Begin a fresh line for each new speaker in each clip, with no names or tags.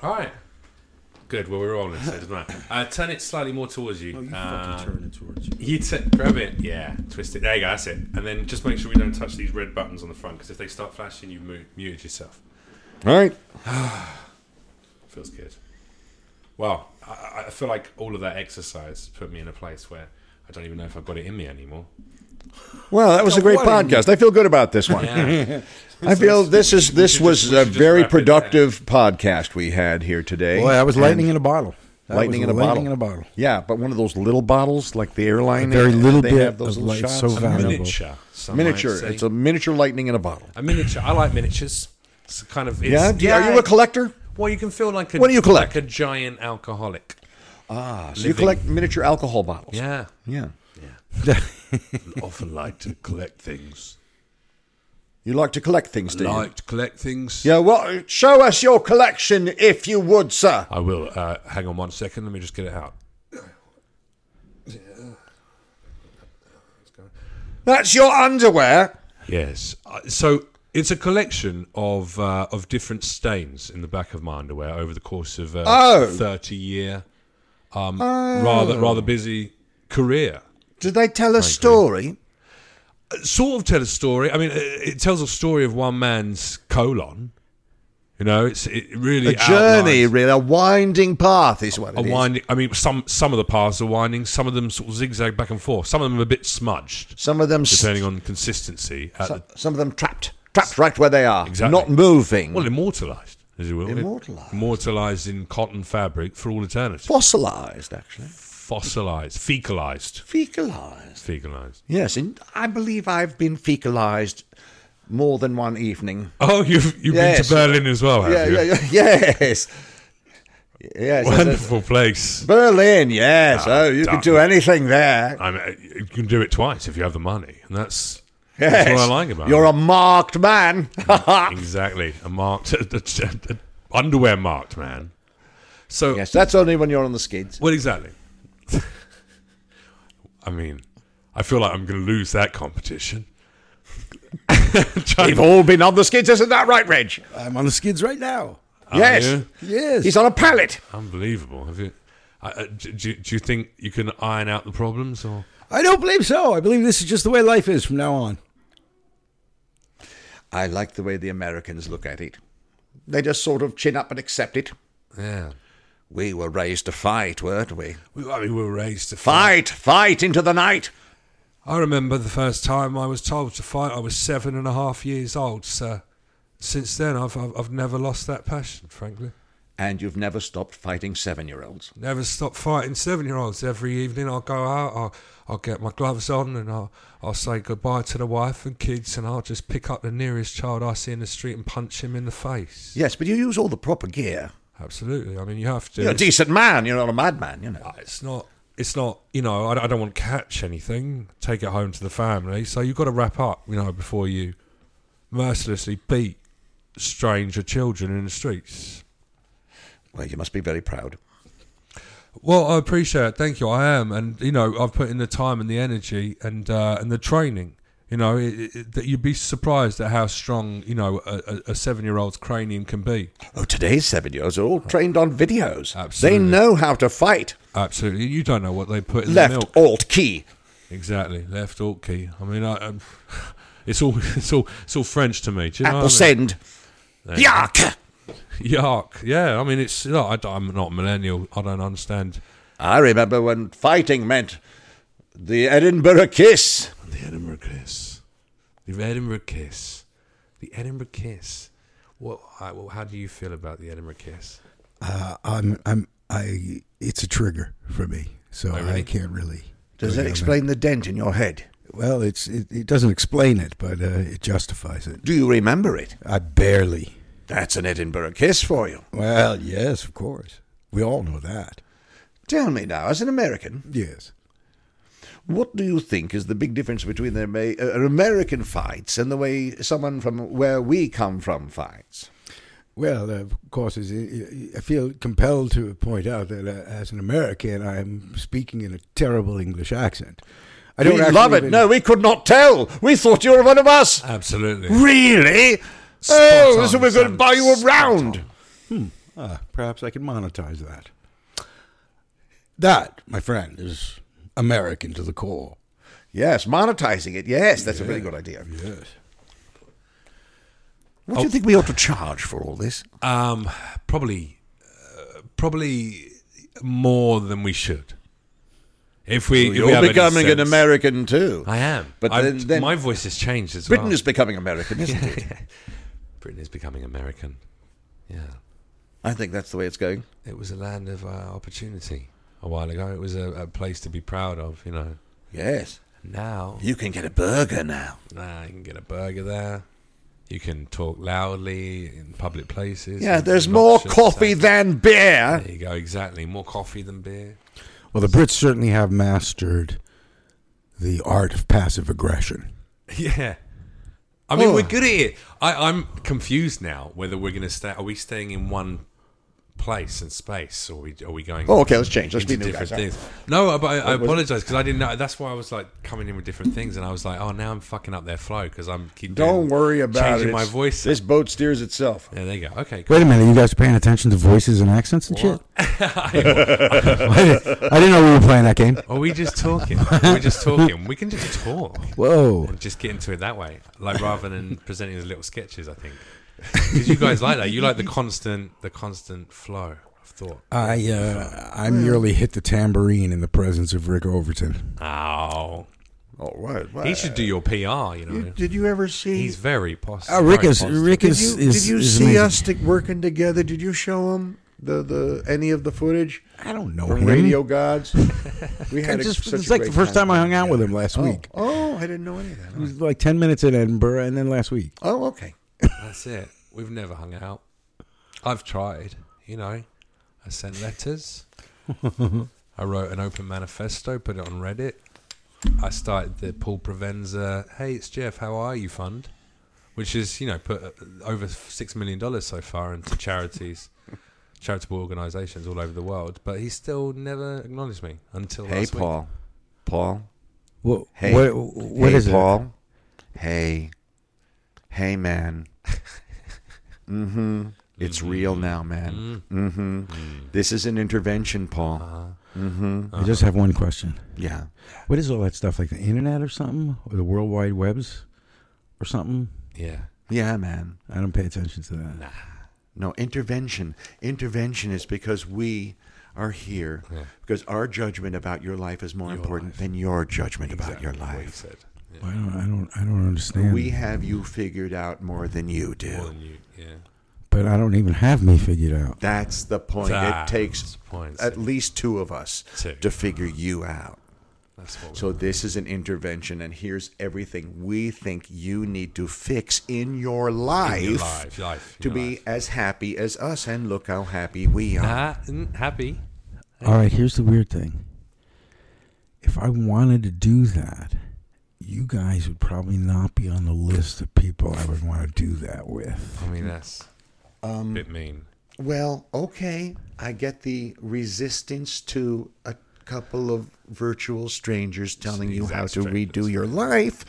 All right. Good. Well, we're rolling, so it doesn't matter. Uh, turn it slightly more towards you.
Oh, you
Uh,
fucking turn it towards you.
You t- grab it, yeah, twist it. There you go, that's it. And then just make sure we don't touch these red buttons on the front because if they start flashing, you mute, muted yourself.
All right.
Feels good. Well, I, I feel like all of that exercise put me in a place where I don't even know if I've got it in me anymore.
Well, that was a great
what a-
podcast. I feel good about this one.
Yeah.
I feel this is this
should
was
just- we
a
should just
very
wrap it there.
productive podcast we had here today.
Boy, I was lightning in a bottle. That
lightning
was
in a bottle.
Lightning in a bottle.
Yeah, but one of those little bottles like the airline.
A very
they-
little
they
bit
have those
of
little
light,
shots.
so
A
valuable.
mini-
Miniature. some might
miniature.
say.
It's a miniature lightning in a bottle.
A miniature. I like miniatures. It's kind of. It's,
Yeah, do you- are you a collector?
Well, you can feel like a,
What do you collect?
Like a giant alcoholic.
Ah, so you
Living.
collect miniature alcohol bottles.
Yeah.
Yeah.
often like to collect things.
You like to collect things, do you?
Like to collect things.
Yeah, well, show us your collection if you would, sir.
I will. Uh, hang on one second. Let me just get it out.
That's your underwear.
Yes. Uh, So it's a collection of uh, of different stains in the back of my underwear over the course of a
Oh.
thirty year, um, rather rather busy career.
Did they tell a story?
Sort of tell a story. I mean, uh, it, it tells a story of one man's colon. You know, it's it really
A journey,
outlines
really, a winding path is what
A
it is.
winding. I mean, some some of the paths are winding. Some of them sort of zigzag back and forth. Some of them a bit smudged,
Some of them, s-
depending on consistency. At the,
some of them trapped, trapped right where they are,
Exactly.
not moving,
well, immortalized, as you will.
Immortalised.
Immortalized in cotton fabric for all eternity.
fossilized, actually,
fossilized, fecalized,
fecalized.
fecalized.
Yes, and I believe I've been fecalized more than one evening.
Oh, you've you've been
Yes.
to Berlin as well, have
Yeah,
you?
yeah, yeah, yes, yes. yes.
Wonderful place.
Berlin, yes.
Ah,
oh, you
darn.
could do anything there.
I mean, you can do it twice if you have the money, and that's
Yes.
that's what I like about
You're
it.
a marked man.
exactly a marked underwear marked man. So
yes, that's only when you're on the skids.
Well, exactly. I mean, I feel like I'm going to lose that competition. Trying
We've all been on the skids, isn't that right, Reg?
I'm on the skids right now.
Are
yes.
you?
Yes.
He's on a pallet.
Unbelievable. Have you? I- I- d- do, do you think you can iron out the problems, or
I don't believe so. I believe this is just the way life is from now on.
I like the way the Americans look at it. They just sort of chin up and accept it.
yeah?
We were raised to fight, weren't we?
We, I mean, we were raised to fight.
Fight, fight into the night.
I remember the first time I was told to fight. I was seven and a half years old, sir. Since then, I've I've, I've never lost that passion. Frankly,
And you've never stopped fighting seven year olds.
never stop fighting seven-year-olds. Every evening, I'll go out. I'll, I'll get my gloves on, and I'll I'll say goodbye to the wife and kids, and I'll just pick up the nearest child I see in the street and punch him in the face.
Yes, but you use all the proper gear.
Absolutely. I mean, you have to.
You're a decent man. You're not a madman, you know.
Uh, it's not it's not you know I, I don't want to catch anything take it home to the family so you've got to wrap up you know before you mercilessly beat stranger children in the streets
Well, you must be very proud.
well i appreciate it thank you i am and you know i've put in the time and the energy and uh, and the training you know it, it- it, that you'd be surprised at how strong you know a, a- a seven year old's cranium can be
Oh, today's seven year olds are all trained on videos.
Absolutely.
They know how to fight.
absolutely you don't know what they put in the
Left,
milk
alt, key.
Exactly, left alt key. I mean, I, um, it's all it's all it's all French to me. Do you know
Apple
what I mean?
send. Yuck!
Yark. Yeah, I mean, it's. You know, I, am not a millennial. I don't understand
I remember when fighting meant the Edinburgh kiss.
the Edinburgh kiss. The Edinburgh kiss. The Edinburgh kiss. What? I, well, how do you feel about the Edinburgh kiss?
Uh, I'm, I'm, I. It's a trigger for me, so
Oh,
I can't really.
Does
go
that
down
explain the dent in your head?
that. Well, it's it, it doesn't explain it, but uh, it justifies it.
Do you remember it?
I barely.
That's an Edinburgh kiss for you.
Well, yes, of course. We all know that.
Tell me now, as an American,
Yes.
what do you think is the big difference between the Ama- uh, American fights and the way someone from where we come from fights?
Well, uh, of course, is- I I feel compelled to point out that uh, as an American, I'm speaking in a terrible English accent. I
We
actually
love it.
even-
No, we could not tell. We thought you were one of us.
Absolutely.
Really?
Spot
oh,
on,
so we're going to
Sam.
buy you
Spot
around.
on.
Ah, perhaps I can monetize that. That, my friend, is American to the core.
Yes, monetizing it. Yes, that's a really good idea.
Yes.
What do
Oh.
you think we ought to charge for all this?
Um, probably, uh, probably more than we should. If we, if we
Oh, You're
have any
becoming an
sense.
American too.
I am,
But
but I,
then- then-
my voice has changed as
Britain
well.
is becoming American, isn't it?
Britain is becoming American. Yeah,
I think that's the way it's going.
it was a land of uh, opportunity a while ago. It was a, a place to be proud of, you know.
Yes.
Now,
You can get a burger now.
nah, you can get a burger there. You can talk loudly in public places.
Yeah,
and
there's
not
more
shut
coffee
down.
than beer.
There you go. Exactly, more coffee than beer.
Well, the Brits certainly have mastered the art of passive aggression.
Yeah. I mean,
Oh.
we're good at it. I, I'm confused now whether we're going to stay. Are we staying in one place and space, or are we, are we going?
Oh, okay, let's change. Let's
into
be new guys.
different things. No, but I, I apologize because I didn't know. That's why I was like coming in with different things, and I was like, oh, now I'm fucking up their flow because I'm keep doing-
Don't worry about
changing
it.
my voice.
This boat steers itself.
yeah, there you go. Okay, cool.
Wait a minute, you guys are paying attention to voices and accents and shit? I didn't I didn't know we were playing that game.
Are we just talking? Are we just talking? We can just talk.
Whoa.
Just get into it that way, like rather than presenting as little sketches. I think because you guys like that. You like the constant, the constant flow of thought.
I uh, I merely hit the tambourine in the presence of Rick Overton. Ah.
Oh,
All right. Well,
he should do your PR. You know,
you- did you ever see?
he's very pos-
Uh, Rick
very
is
positive.
Rick
did
is
you,
is,
did you
is
see
amazing.
us to- working together? Did you show him the, the any of the footage?
I don't know
from
him.
Radio Gods. We
I
had
just,
a, such
it's
a
like the
great
first time I hung out with him
together.
last week.
Oh, oh, I didn't know any of
It
that.
was like ten minutes in Edinburgh, and then last week.
Oh, okay.
That's it. We've never hung out. I've tried. You know, I sent letters. I wrote an open manifesto, put it on Reddit. I started the Paul Provenza. Hey, it's Jeff. How are you? Fund, which is you know put uh, over six million dollars so far into charities, charitable organisations all over the world. But he still never acknowledged me until last week.
Paul.
What?
Hey.
what, what
hey,
is it?
Paul. Hey. Hey, man. mm-hmm. It's real now, man. Mm-hmm. This is an intervention, Paul. Mm-hmm.
I just have one question.
Yeah.
What is all that stuff like the internet or something, or the World Wide Webs, or something?
Yeah.
Yeah, man.
I don't pay attention to that.
No, intervention. Intervention is because we are here
Yeah.
because our judgment about your life is more important than your judgment about your
Exactly what he
life.
said. Yeah.
Well, I don't. I don't. I don't understand.
We have you figured out more than you
More
do.
than you. Yeah.
but I don't even have me figured out.
That's the point.
That's
it takes
the point.
at least two of us
Two.
to figure you out.
That's what we
So this is an intervention, and here's everything we think you need to fix in your life,
your life, life,
to
your
be
life.
as happy as us. And look how happy we are.
Ah, mm, happy.
All right. Here's the weird thing. If I wanted to do that, you guys would probably not be on the list of people I would want to do that with.
I mean, that's a bit mean.
Well, okay, I get the resistance to a couple of virtual strangers telling you how to redo your life,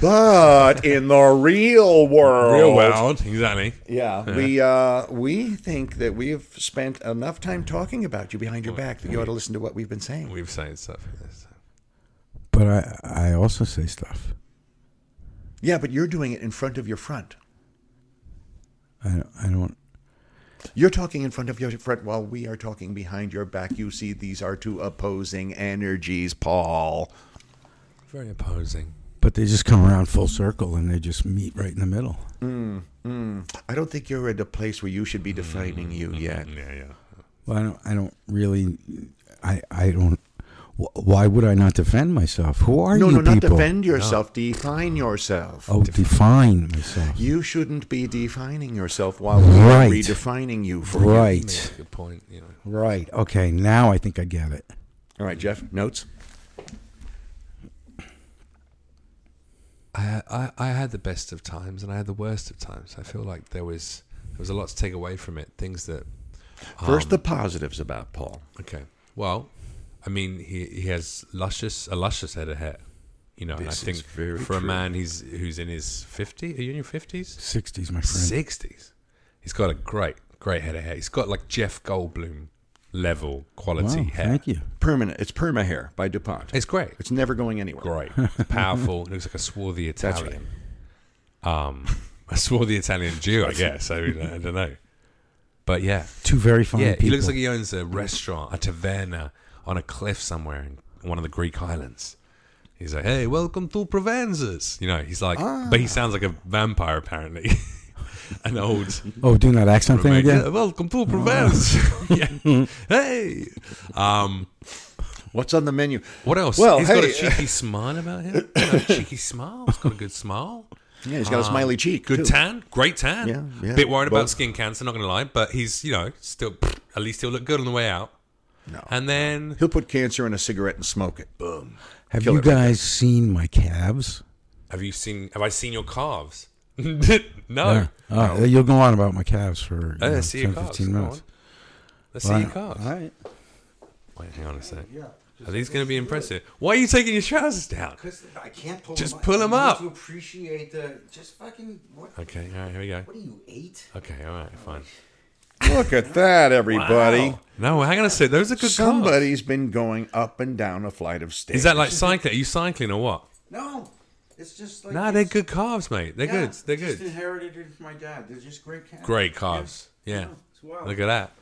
but in the real world,
Real world, exactly.
yeah, we uh, we think that we have spent enough time talking about you behind your back that you ought to listen to what we've been saying.
We've said stuff. like this.
But I. I also say stuff.
Yeah, but you're doing it in front of your front.
I. don't- I don't.
You're talking in front of your front while we are talking behind your back. You see, these are two opposing energies, Paul.
Very opposing.
But they just come around full circle and they just meet right in the middle.
I don't think you're at a place where you should be defining you yet.
Yeah, yeah.
Well, I don't. I don't really. I. I don't. wh- Why would I not defend myself? Who are
No,
you
no, not
people?
defend yourself. Define yourself.
Oh, define myself.
You shouldn't be defining yourself while we are
Right.
redefining you for you.
Right.
That's a good point. You know.
Right. Okay. Now I think I get it.
All right, Jeff. Notes.
I, I I had the best of times and I had the worst of times. I feel like there was there was a lot to take away from it. Things that Um,
First, the positives about Paul.
okay. Well, I mean, he he has luscious a luscious head of hair. You know, and I
This is
think
very
for a
true.
man he's who's in his fifty. Are you in your fifties?
Sixties, my friend.
Sixties. He's got a great Great head of hair. He's got like Jeff Goldblum level quality
Wow,
hair.
thank you.
Permanent. It's perma hair by DuPont.
It's great.
It's never going anywhere.
Great. Powerful. Looks like a swarthy
That's
Italian. Um, a swarthy Italian Jew, I guess. I, mean, I don't know. But yeah.
Two very fine
yeah,
people.
he looks like he owns a restaurant, a taverna on a cliff somewhere in one of the Greek islands. He's like, "Hey, welcome to Provenza's." You know, he's like, but he
Ah.
sounds like a vampire apparently. An old
oh, doing that accent thing
Romanian,
again.
welcome to Provence. yeah. Hey, um,
What's on the menu?
what else?
Well,
he's got
hey.
a cheeky smile about him. You know, cheeky smile. He's got a good smile.
Yeah, he's got a smiley cheek.
Good
too.
tan, great tan.
Yeah, yeah.
Bit worried
Well-
about skin cancer, not gonna lie, but he's you know still at least he'll look good on the way out.
No.
And then
He'll put cancer in a cigarette and smoke it. Boom.
Have
Killer
you guys seen my calves?
have you seen? Have I seen your calves? no.
Yeah. Oh, You'll go on about my calves for you
I
know,
didn't Oh, see
10,
your calves.
15
Go
minutes.
on. Let's see your calves.
All right.
Wait, hang on a sec. Are these going to be impressive? Why are you taking your trousers down?
Because I can't pull
Just
them up.
pull
You
'em
need
up.
To appreciate the just fucking what?
Okay, all right, here we go.
What do you eat?
Okay, all right, fine.
Look at that, everybody.
Wow. No, hang on a sec. Those are good calves.
Somebody's been going up and down a flight of stairs.
Is that like cycling? Are you cycling or what?
No, it's just like
Nah,
it's-
they're good calves, mate. They're
yeah,
good. They're
Just
good.
inherited it from my dad. They're just great cats.
Great calves. Yeah.
it's wild.
Look at that.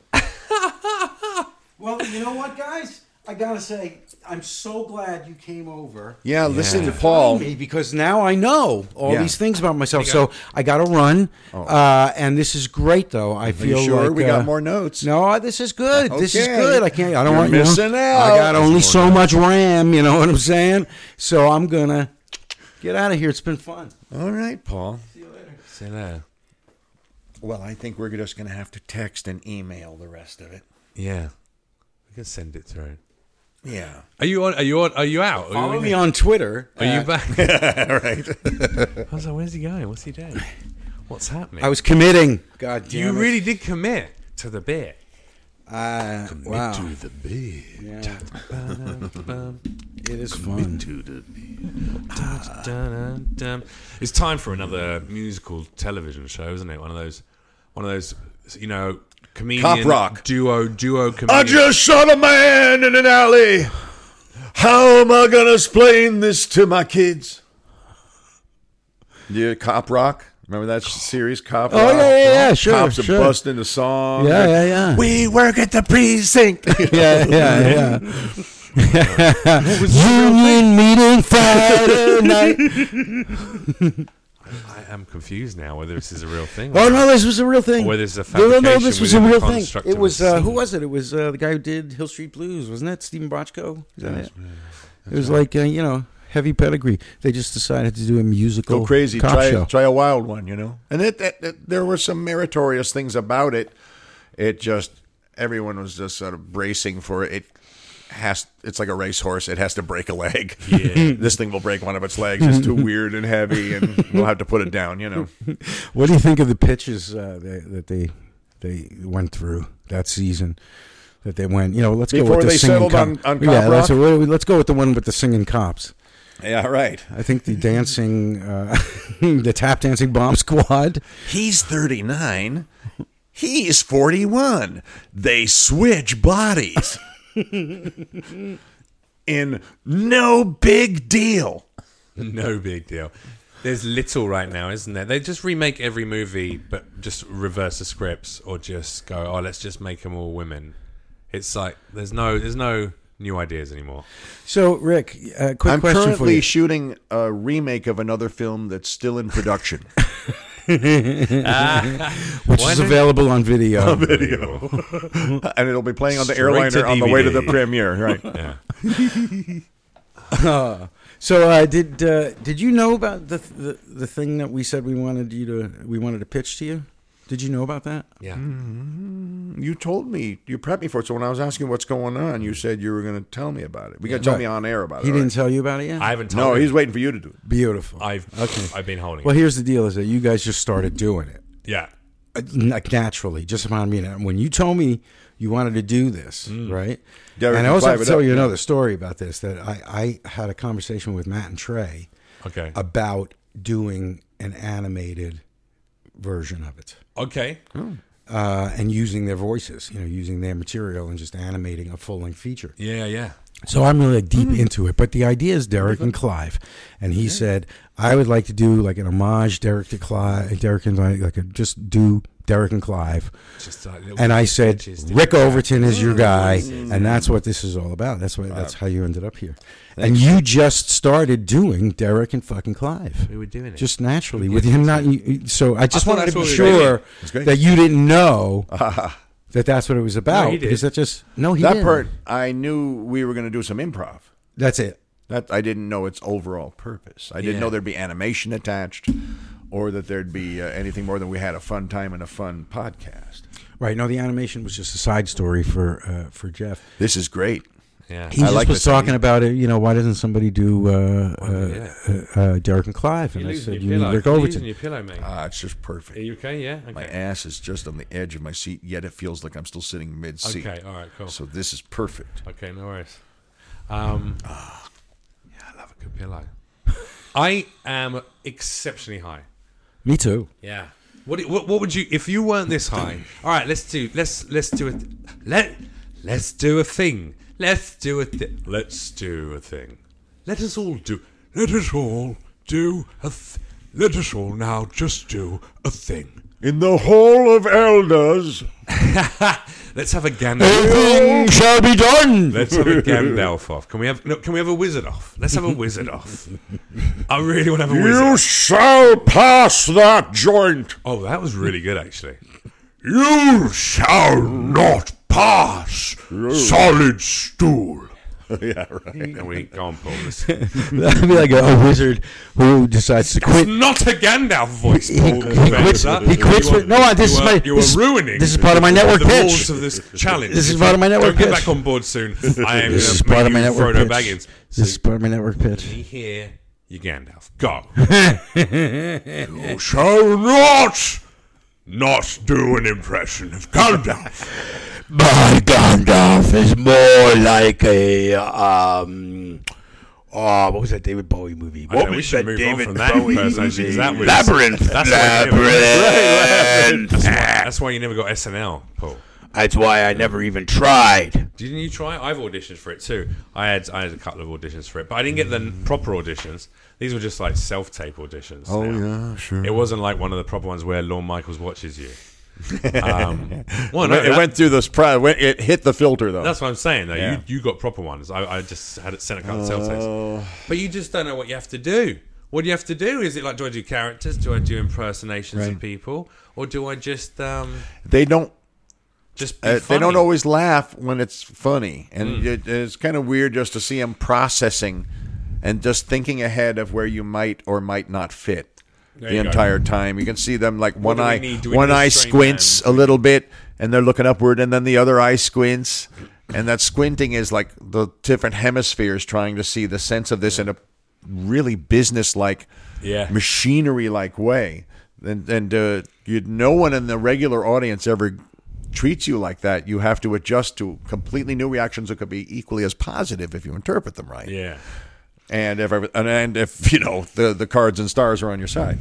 Well, you know what, guys? I gotta say, I'm so glad you came over.
Yeah, listen
Yeah.
to Paul.
me because now I know all
Yeah. Oh.
these things about myself.
You
So
got-
I got to run, uh, and this is great, though. I
Are you
feel
sure
like
we
uh,
got more notes?
No, this is good. This is
Okay.
good. I can't. I don't
You're
want you know,
missing out.
I got only so much RAM. You know what I'm saying? So I'm gonna get out of here. It's been fun.
All right, Paul.
See you there.
Well, I think we're just going to have to text and email the rest of it.
Yeah. We can send it through.
Yeah.
Are you on? Are you on? Are you out? Are
Follow
you,
me on Twitter.
Are you
Uh,
back?
All right.
I was like, where's he going? What's he doing? What's happening?
I was committing. God damn
you
it.
really did commit to the bit.
Uh, wow.
the bed.
Yeah,
Bum,
it is fun.
To the bed.
dun, dun. It's time for another musical television show, isn't it? One of those, one of those, you know, comedian
Cop Rock.
duo, duo
I
comedian.
just shot a man in an alley. How am I going to explain this to my kids? Yeah, Cop Rock. Remember that series, Cop
Oh,
Rock?
yeah, yeah, yeah, sure,
Cops
sure.
are busting the song.
Yeah, yeah, yeah.
We work at the precinct.
yeah, yeah, yeah. Union meeting Friday night.
I am confused now whether this is a real thing. or
Oh
not.
no, this was a real thing.
Or there's a
no, no, no, this
fabrication
was a
within
real
the
thing.
construct
It
of
was
the
uh, who
scene.
was it? It was uh, the guy who did Hill Street Blues, wasn't it? Stephen Bochco. Is that it? It was like uh, you know heavy pedigree. They just decided to do a musical.
go crazy.
Cop
Try
show.
try a wild one, you know. And it, it, it- there were some meritorious things about it. It just everyone was just sort of bracing for it. It has it's like a racehorse. It has to break a leg. Yeah. this thing will break one of its legs. It's too weird and heavy, and we'll have to put it down. You know.
What do you think of the pitches uh, they, that they they went through that season? That they went, you know, let's go
Before
with the
they
singing
settled on-
cops.
on
yeah,
Cop
let's,
Rock?
let's go with the one with the singing cops.
Yeah. Right.
I think the dancing, uh, the tap dancing bomb squad.
He's thirty nine. He's forty one. They switch bodies. In no big deal.
no big deal. There's little right now, isn't there? They just remake every movie, but just reverse the scripts or just go, oh, let's just make them all women. It's like there's no there's no new ideas anymore.
So, Rick, uh, quick question
I'm
for
currently
you.
shooting a remake of another film that's still in production.
which is available on video.
Video.
and it'll be playing on the
Straight
airliner
to
on the way to the
DVD.
premiere, right?
yeah.
so, uh, did uh, did you know about the, the the thing that we said we wanted you to we wanted to pitch to you? Did you know about that?
Yeah.
You told me, you prepped me for it. So when I was asking what's going on, you said you were going to tell me about it. We got to tell
Right.
me on air about
He
it.
didn't tell you about it yet.
I haven't
right? No,
told
he's waiting for you to do it.
Beautiful.
I've
Okay.
I've been holding
well,
it.
here's the deal: is that you guys just started doing it.
Yeah.
Uh, like naturally, just upon me. And when you told me you wanted to do this,
Mm.
right?
Derek
and I
can
also
vibe
have to
it
tell
up,
you
yeah.
another story about this that I, I had a conversation with Matt and Trey
Okay.
about doing an animated version of it.
Okay.
uh, and using their voices, you know, using their material and just animating a full length feature.
Yeah, yeah.
So I'm really like deep into it. But the idea is Derek and Clive, and he said I would like to do like an homage Derek to Clive, Derek and I, like a, just do Derek and Clive.
Just like little
And I said
sketches, didn't
Rick
you?
Overton is your guy, and that's what this is all about. That's why that's how you ended up here. And you just started doing Derek and fucking Clive.
We were doing it.
Just naturally with him not. So I just
thought that's
wanted
what we
to be
were doing.
sure
That's great.
that you didn't know that that's what it was about.
did.
Because that just no, he
that
didn't.
part, I knew we were going to do some improv.
That's it.
That I didn't know its overall purpose. I didn't know there'd be animation attached, or that there'd be uh, anything more than we had a fun time and a fun podcast.
Right. No, the animation was just a side story for uh, for Jeff.
This is great.
Yeah.
He just
like
was
this idea.
talking about it. You know, why doesn't somebody do uh, uh,
yeah.
uh, uh, Derek and Clive? And
You're
I
losing your
said, you need
pillow.
Rick
You're losing
Overton.
your pillow, mate.
Ah, it's just
Are
perfect.
you okay? Yeah.
My
Okay.
ass is just on the edge of my seat, yet it feels like I'm still sitting mid seat.
Okay. Oh. All right. Cool.
So this is perfect.
Okay. No worries. Um, yeah, I love a good pillow. I am exceptionally high.
Me too.
Yeah. What, do- what what would you if you weren't this high? All right, let's do let's let's do a th- let let's do a thing. Let's do a thi- let's do a thing. Let us all do let us all do a th- let us all now just do a thing.
In the Hall of Elders.
let's have a Gandalf.
Everything shall be done.
Let's have a Gandalf off. Can we have no, can we have a wizard off? Let's have a wizard off. I really want to have a wizard. off.
shall pass that joint.
Oh, that was really good actually.
You shall not pass solid stool. yeah, right.
And we go on, Paul. It's
That'd be like a, a wizard who decides to quit.
not a Gandalf voice.
He, he
Paul.
quits. He quits. with, no, I- this
you
is
are,
my.
You are
this is-
ruining.
This is part of my network
the rules
pitch.
of this challenge.
This is
If
part
you
of my network
Don't get
pitch.
back on board soon. I am
This is
going
part
to
of my
make you
network
Frodo
pitch.
Baggins.
This is part of my network pitch.
You hear you Gandalf. Go.
You shall not not do an impression of Gandalf.
My Gandalf is more like a um. Oh, what was that David Bowie movie?
I know, we should move on from that impersonation. 'cause That was, That's why,
Labyrinth.
That's, why, that's why you never got SNL, Paul.
That's why I never even tried.
Didn't you try? it? I've auditioned for it too. I had I had a couple of auditions for it, but I didn't get the
Mm.
proper auditions. These were just like self tape auditions. Oh yeah, sure. It wasn't like one of the proper ones where Lorne Michaels watches you. Um, well, no,
it
that-
went through this. Pri- went, it hit the filter though.
That's what I'm saying. Though
Yeah.
you, you got proper ones. I, I just had it sent a couple of self
Oh.
tapes. But you just don't know what you have to do. What do you have to do? Is it like do I do characters? Do I do impersonations of people, or do I just um
they don't.
just be
Uh, they
funny? Mm.
don't always laugh when it's funny, and it, it's kind of weird just to see them processing and just thinking ahead of where you might or might not fit. the
you go.
entire time, you can see them like one
do we
eye,
need? Do we
one
need a
eye
straight
squints a little bit, and they're looking upward, and then the other eye squints, and that squinting is like the different hemispheres trying to see the sense of this in a really business-like,
Yeah.
machinery-like way. And and uh, you, no one in the regular audience ever treats you like that. You have to adjust to completely new reactions that could be equally as positive if you interpret them right.
Yeah.
And if every- and, and if you know the the cards and stars are on your side.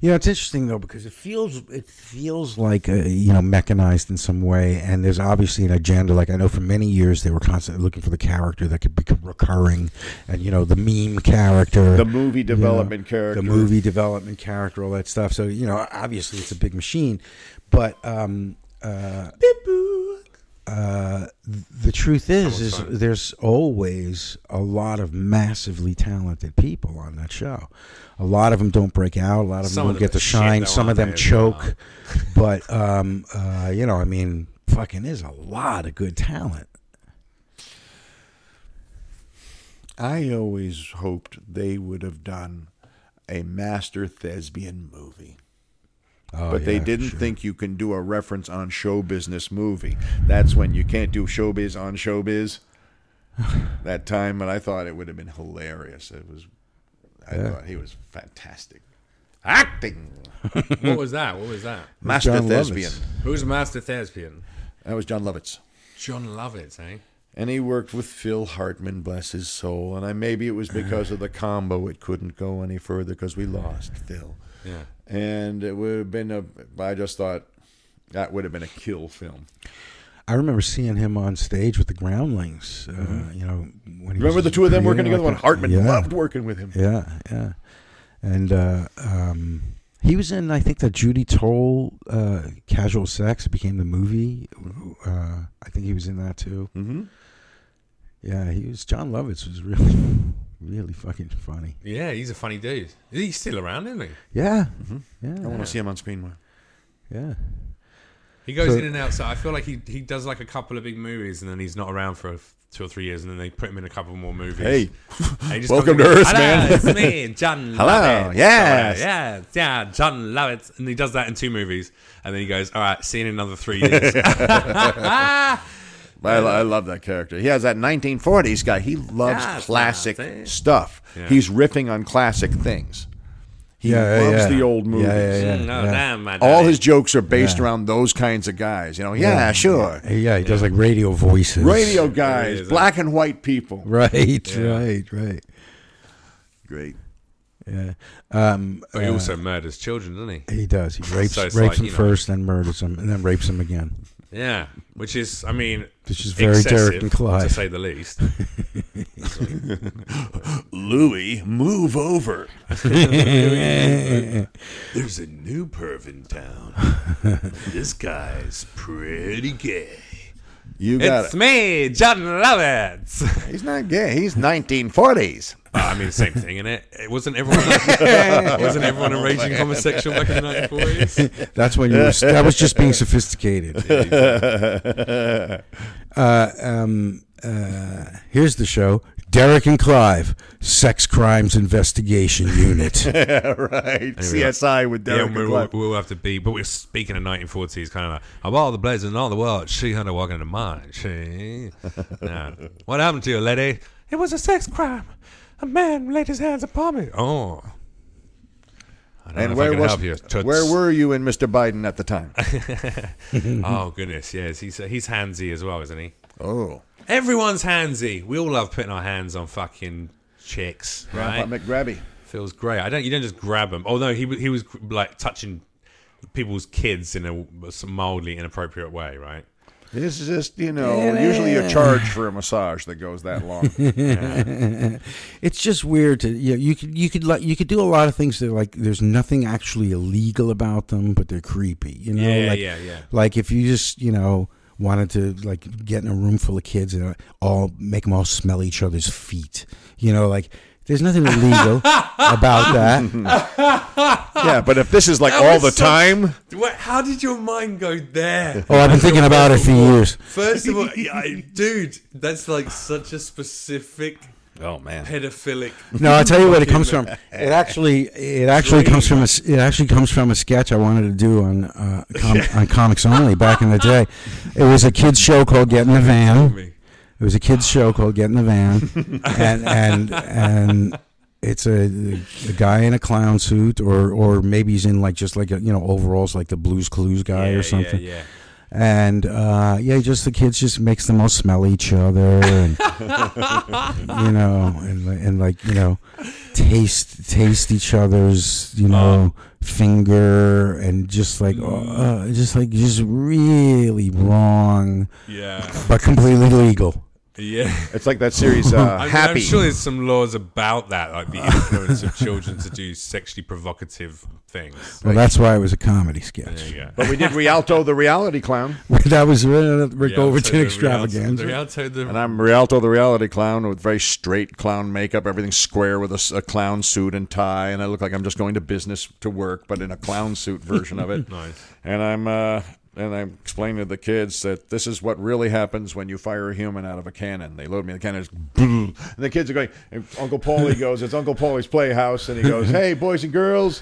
You know, it's interesting though because it feels it feels like uh you know mechanized in some way, and there's obviously an agenda. Like I know for many years they were constantly looking for the character that could become recurring, and you know the meme character,
The movie
you know,
development character.
the movie development character, all that stuff. So you know, obviously it's a big machine, but um, uh, uh, the truth is, is there's always a lot of massively talented people on that show. A lot of them don't break out. A lot of
Some of
them don't
them
get to
are shit,
shine.
though,
Some
aren't
of them
they, as
choke. but um, uh, you know, I mean, fucking, there's a lot of good talent.
I always hoped they would have done a master thespian movie.
Oh,
but they
yeah,
didn't
sure.
think you can do a reference on show business movie. That's when you can't do showbiz on showbiz. that time, and I thought it would have been hilarious. It was, I thought he was fantastic. Acting
what was that? What was that?
master
John Lovitz.
thespian.
Who's Master Thespian?
That was John Lovitz,
John Lovitz, eh?
and he worked with Phil Hartman, bless his soul. And I maybe it was because of the combo, it couldn't go any further because we lost Phil.
Yeah.
and it would have been a. I just thought That would have been a kill film.
I remember seeing him on stage with the Groundlings. Uh, You know, when he
Mm-hmm. Remember
was
the two of them working
premiering
together when
like that?
Hartman
yeah,
loved working with him.
Yeah, yeah, and uh, um, he was in I think the Judy Toll uh, Casual Sex became the movie. Uh, I think he was in that too.
Mm-hmm.
Yeah, he was. John Lovitz was really, really fucking funny.
Yeah, he's a funny dude. He's still around, isn't he?
Yeah,
Mm-hmm. I
yeah,
want to see him on screen more.
yeah.
He goes
So-
in and out. So I feel like he, he does like a couple of big movies and then he's not around for two or three years and then they put him in a couple more movies.
Hey,
And he just
welcome
comes in,
to Earth,
Hello,
man."
it's me, John
Hello,
Lovitz.
yes.
Hello, yes, yeah, John Lovitz. And he does that in two movies. And then he goes, all right, see you in another three years.
I, I love that character. He has that 1940s guy. He loves
Yeah, it's
classic
not it.
stuff. He's riffing on classic things. He
Yeah, yeah,
loves
yeah.
the old
Yeah,
movies.
yeah, yeah.
oh, damn, my
All
daddy.
his jokes are based
Yeah.
around those kinds of guys. You know, yeah, sure.
Yeah, he does like radio voices.
Radio guys, black and white people.
Right, right, right.
Great.
Yeah. Um,
But he also murders children, doesn't he?
He does. He rapes
So it's
rapes
like,
him
you know.
first, then murders him, and then rapes him again.
Yeah, which is, I mean,
Which is very
excessive,
Derek and Clive.
to say the least.
Louis, move over.
There's a new perv in town. this guy's pretty gay.
You got
It's
it.
me, John Lovitz.
He's not gay. He's 1940s.
I mean, same thing, innit? It wasn't everyone. wasn't everyone a raging homosexual back in the 1940s?
That's when you were, that was just being sophisticated. Uh, um, uh, here's the show. Derek and Clive, Sex Crimes Investigation Unit.
right. CSI with
Yeah,
Derek and
we'll,
Clark.
we'll have to be. But we're speaking of 1940s, kind of like, of all the blazes in all the world, she hunter walking to mine. She. Nah. What happened to you, lady? It was a sex crime. A man laid his hands upon me. Oh. I don't know if
And
I
where
can
was
help you. toots.
where were you and Mr. Biden at the time? Mm-hmm.
Oh goodness, yes, he's he's handsy as well, isn't he?
oh,
Everyone's handsy. We all love putting our hands on fucking chicks, right?
Grandpa McGrabby.
Feels great. I don't. You don't just grab them. Although he wa- he was like touching people's kids in a some mildly inappropriate way, right?
This is just you know usually a charge for a massage that goes that long.
it's just weird to you. Know, you could you could like you could do a lot of things that like there's nothing actually illegal about them, but they're creepy. You know,
Yeah,
like,
yeah, yeah.
Like if you just you know wanted to like get in a room full of kids and uh, all make them all smell each other's feet. You know, like there's nothing illegal about that.
yeah, but if this is like all
was
the
such-
time,
What, how did your mind go there?
Oh, I've been thinking about it for years.
First of all, yeah, I- dude, that's like such a specific
oh man,
pedophilic.
No, I'll tell you where it comes from. It actually, it actually comes from a, s- it actually comes from a sketch I wanted to do on uh, com- on comics only back in the day. It was a kids show called Get in the Van.
Me.
It was a kids show called Get in the Van, and and and it's a, a guy in a clown suit, or or maybe he's in like just like a you know overalls, like the Blues Clues guy
Yeah,
or something.
Yeah, yeah.
and uh, yeah, just the kids just makes them all smell each other, and you know, and li- and like you know, taste taste each other's you know finger, and just like uh, just like just really wrong,
Yeah,
but completely legal.
yeah.
it's like that series uh,
I mean,
Happy.
I'm sure there's some laws about that, like the influence of children to do sexually provocative things.
Well, that's why it was a comedy
There
sketch.
you go.
but we did Rialto the Reality Clown,
that was uh, Rick
Rialto the
Overton
Rialto-
extravaganza.
the Rialto the-
and I'm Rialto the Reality Clown with very straight clown makeup, everything square with a, s- a clown suit and tie, and I look like I'm just going to business to work, but in a clown suit version of it.
Nice.
And I'm uh, and I'm explaining to the kids that this is what really happens when you fire a human out of a cannon. They load me in the cannon, it's boom, and the kids are going. And Uncle Paulie goes, "It's Uncle Paulie's playhouse," and he goes, "Hey, boys and girls,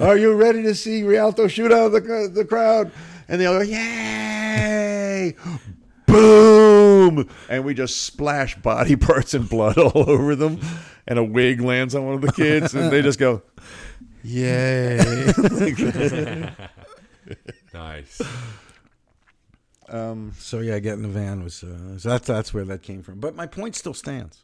are you ready to see Rialto shoot out of the uh, the crowd?" And they all go, "Yay!" Boom! And we just splash body parts and blood all over them, and a wig lands on one of the kids, and they just go, "Yay!"
Nice.
So yeah, Get in the Van was uh, so that's that's where that came from. But my point still stands.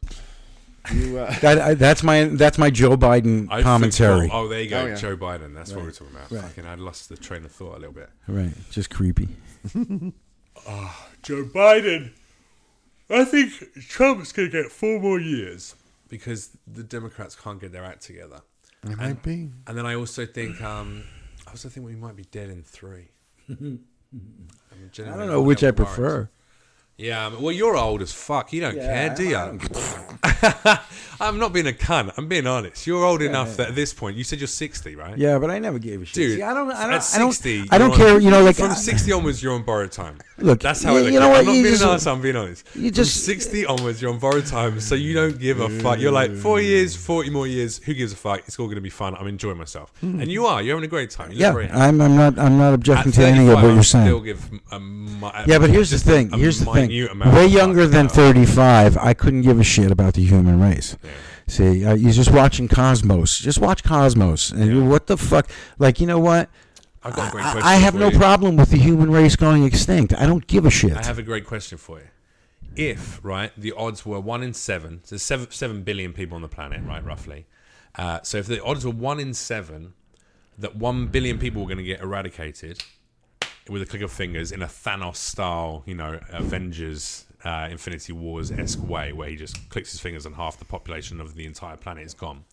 You, uh,
That, I, that's my that's my Joe Biden commentary.
Oh, there you go.
Oh, yeah.
Joe Biden. That's what we're talking about. Fucking, I lost the train of thought a little bit.
Right, just creepy.
Joe Biden. I think Trump's going to get four more years because the Democrats can't get their act together.
It might be.
And then I also think, um, I also think we might be dead in three. I'm
I
genuinely
don't know which I
worried.
prefer.
Yeah, I mean, well, you're old as fuck. You don't care, do you? I'm not being a cunt. I'm being honest. You're old enough that at this point, you said you're 60, right?
Yeah, but I never gave a shit.
Dude,
See, I don't.
at
I don't. I don't,
60,
I don't
you're on-
care. You know, like
from
I-
60 onwards, you're on borrowed time.
Look,
that's how
you-
I look
you
at
know
it.
what,
I'm not
you
being
just-
an arse, I'm being honest.
you just-
from 60 onwards, you're on borrowed time, so you don't give a fuck. You're like, four years, 40 more years, who gives a fuck? It's all going to be fun. I'm enjoying myself. And you are. You're having a great time. You look
Hmm. yeah,
great.
I'm. I'm not. I'm not
At
objecting to any of
35,
what
I
you're
Still
saying.
give a, mi-
Yeah, but here's the
just
thing.
a
Here's the thing.
minute amount
Way
of fuck
younger than
now.
35, I couldn't give a shit about the human race. See, uh, you're just watching Cosmos. Just watch Cosmos, and you what the fuck? Like, you know what?
I've got a great
I-
question
I, have
for
no
you.
problem with the human race going extinct. I don't give a shit.
I have a great question for you. If right, the odds were one in seven. So seven seven billion people on the planet, right, roughly. Uh, so if the odds were one in seven that one billion people were going to get eradicated with a click of fingers in a Thanos style, you know, Avengers. Uh, Infinity Wars esque way, where he just clicks his fingers and half the population of the entire planet is gone,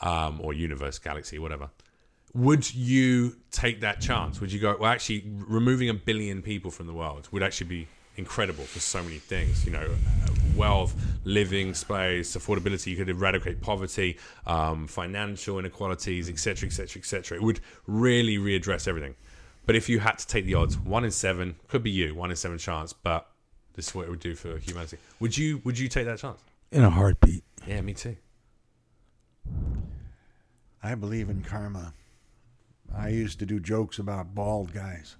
um, or universe, galaxy, whatever would you take that chance? Would you go, well, actually, removing a billion people from the world would actually be incredible for so many things, you know, uh, wealth, living space, affordability. You could eradicate poverty, um, financial inequalities, etc., etc., etc. It would really readdress everything. But if you had to take the odds, one in seven could be you, one in seven chance, but this is what it would do for humanity. Would you? Would you take that chance?
in a heartbeat.
Yeah, me too.
I believe in karma. I used to do jokes about bald guys.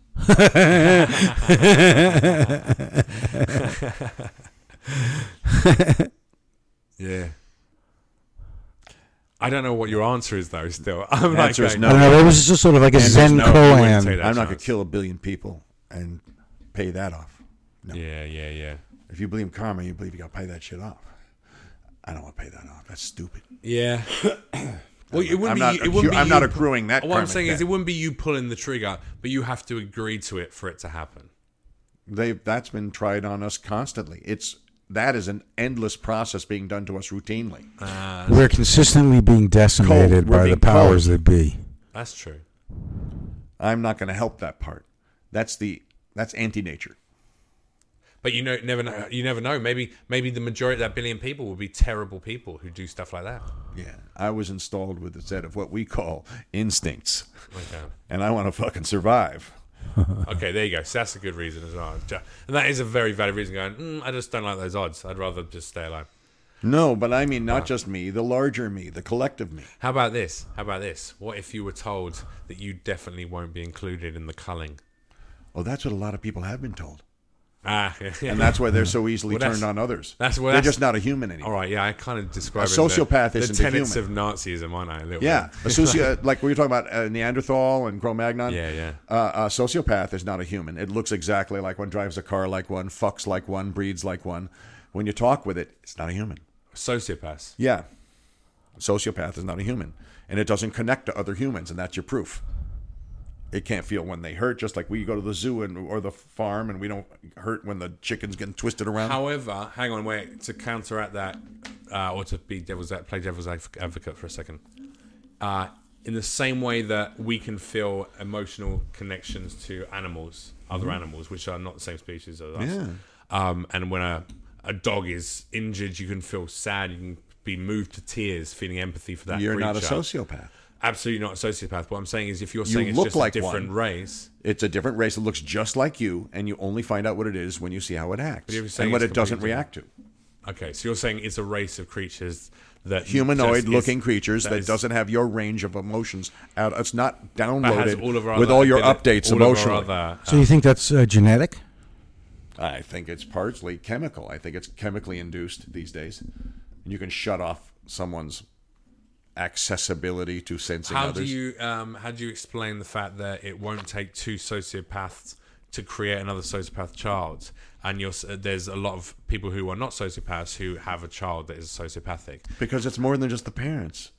Yeah. I don't know what your answer is though. Still, I'm
The
like,
answer is
going,
I don't know. That was just sort of like a Zen
no, I wouldn't say
koan.
that
I'm not going
chance.
to kill a billion people and pay that off.
Yeah, yeah, yeah.
If you believe in karma, you believe you got to pay that shit off. I don't want to pay that off. That's stupid.
Yeah. well, it wouldn't be.
I'm
e-,
not
it wouldn't
accu-
be
I'm not
you-
accruing that
What I'm
karmic
saying is,
debt.
it wouldn't be you pulling the trigger, but you have to agree to it for it to happen.
They that's been tried on us constantly. It's that is an endless process being done to us routinely.
We're consistently being decimated
We're
by
being
the powers that be.
That's true.
I'm not going to help that part. That's the that's anti-nature.
But you know, never know. You never know. Maybe, maybe the majority of that billion people will be terrible people who do stuff like that.
Yeah, I was installed with a set of what we call instincts,
Okay.
and I want to fucking survive.
okay, there you go. So that's a good reason as well. Ju- And that is a very valid reason. Going, mm, I just don't like those odds. I'd rather just stay alive.
No, but I mean not just me, the larger me, the collective me.
How about this? How about this? What if you were told that you definitely won't be included in the culling?
Oh, that's what a lot of people have been told,
Ah, yeah, yeah.
and that's why they're so easily
Well, that's-
turned on others.
that's- well,
they're
that's-
just not a human anymore.
All right, yeah, I kind of describe
A
it as
sociopath
the,
isn't a
the tenets
human.
of Nazism, aren't I? A little
Yeah, a
bit.
socio- like we were talking about uh, Neanderthal and Cro-Magnon.
Yeah, yeah.
Uh, a sociopath is not a human. It looks exactly like one, drives a car like one, fucks like one, breeds like one. When you talk with it, it's not a human.
sociopaths.
Yeah, a sociopath is not a human, and it doesn't connect to other humans, and that's your proof. It can't feel when they hurt, just like we go to the zoo and or the farm, and we don't hurt when the chicken's getting twisted around.
However, hang on, wait to counteract that, uh, or to be devil's play devil's adv- advocate for a second. Uh, in the same way that we can feel emotional connections to animals,
Mm-hmm.
other animals, which are not the same species as us. Um, and when a, a dog is injured, you can feel sad. You can be moved to tears, feeling empathy for that.
You're not a
creature.
sociopath.
Absolutely not a sociopath. What I'm saying is, if you're saying it's
look
just
like
a different
one.
race,
It's a different race that looks just like you, and you only find out what it is when you see how it acts
you're saying
and what
it's
it doesn't
completely
react to.
okay, so you're saying it's a race of creatures that just is-
Humanoid-looking creatures that,
is-
doesn't have your range of emotions out. It's not
that has
downloaded
all of our
with
other
all your
abili-
updates
all of our
emotionally.
other-
So you think that's uh, genetic?
I think it's partly chemical. I think it's chemically induced these days, and you can shut off someone's accessibility to sensing
how do
others.
you um, how do you explain the fact that it won't take two sociopaths to create another sociopath child. And you're, s- uh, there's a lot of people who are not sociopaths who have a child that is sociopathic.
because it's more than just the parents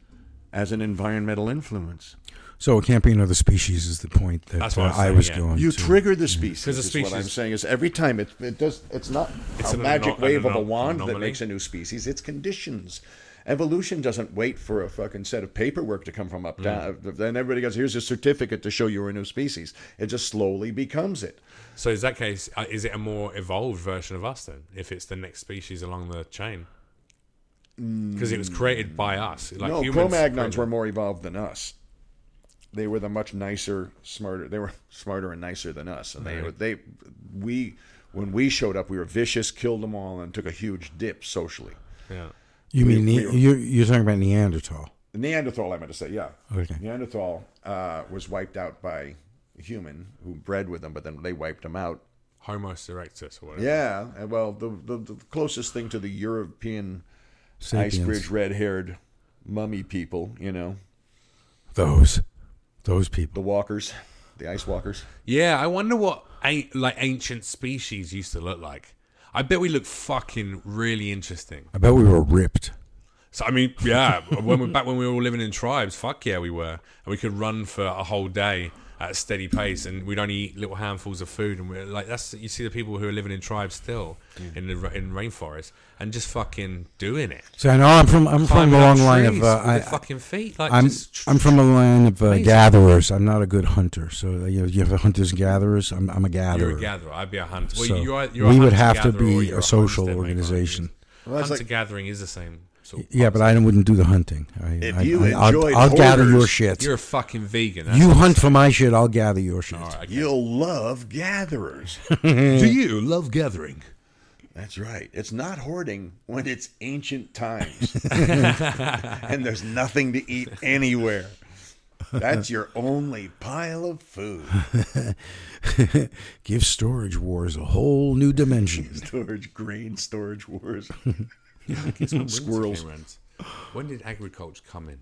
as an environmental influence.
So it can't be another species. Is the point that
That's what
uh,
I'm
I
saying,
was
yeah.
going?
You
to.
trigger the species.
Because the
Is what I'm
species-
saying is every time it it does it's not
It's
a
an
magic
ano-
wave
an
of a
ano-
wand that
anomaly.
makes a new species. It's conditions. Evolution doesn't wait for a fucking set of paperwork to come from
Mm.
up down. Then everybody goes, "Here's a certificate to show you're a new species." It just slowly becomes it.
So, is that case, uh, is it a more evolved version of us then? If it's the next species along the chain? Because it was created by us. Like
Mm. no,
humans
Cro-Magnons were
created-
more evolved than us. They were the much nicer, smarter. They were smarter and nicer than us, and they they we when we showed up, we were vicious, killed them all, and took a huge dip socially.
Yeah.
You mean ne- you, you're talking about Neanderthal?
Neanderthal, I meant to say, yeah.
Okay.
Neanderthal uh, was wiped out by a human who bred with them, but then they wiped them out.
Homo erectus or whatever.
Yeah, and well, the, the, the closest thing to the European
Sapiens.
ice bridge red haired mummy people, you know,
Those, those
the
people.
walkers, the ice walkers.
Yeah, I wonder what an- like ancient species used to look like. I bet we look fucking really interesting.
I bet we were ripped.
So I mean, yeah, when we're back when we were all living in tribes, fuck yeah, we were, and we could run for a whole day at a steady pace, and we'd only eat little handfuls of food, and we're like, that's you see the people who are living in tribes still in the ra- in rainforest and just fucking doing it.
So I know I'm from I'm from
Climbing
the
up
long line of
trees
uh,
with
I,
their fucking feet. Like,
I'm
just,
I'm from a line of uh, gatherers. I'm not a good hunter. So uh, you, you have hunters and gatherers. I'm I'm
you're
a gatherer.
a gatherer. I'd be a hunter. Well,
so
you are, you're a
we would
hunter-gatherer
have to
or
be
you're
a
homestead
social
maker, aren't you?
organization.
that's
hunter
like-
gathering is the same. Sort of
Yeah, but I wouldn't do the hunting. I,
If
I,
you
I,
enjoyed
I'll, I'll gather your
hoarders,
shit.
You're a fucking vegan. that's
You
what
hunt for my shit. I'll gather your shit.
All right, okay.
You'll love gatherers.
Do you love gathering?
That's right. It's not hoarding when it's ancient times and there's nothing to eat anywhere. That's your only pile of food.
Give storage wars a whole new dimension.
Storage, grain storage wars.
Squirrels. When did agriculture come in?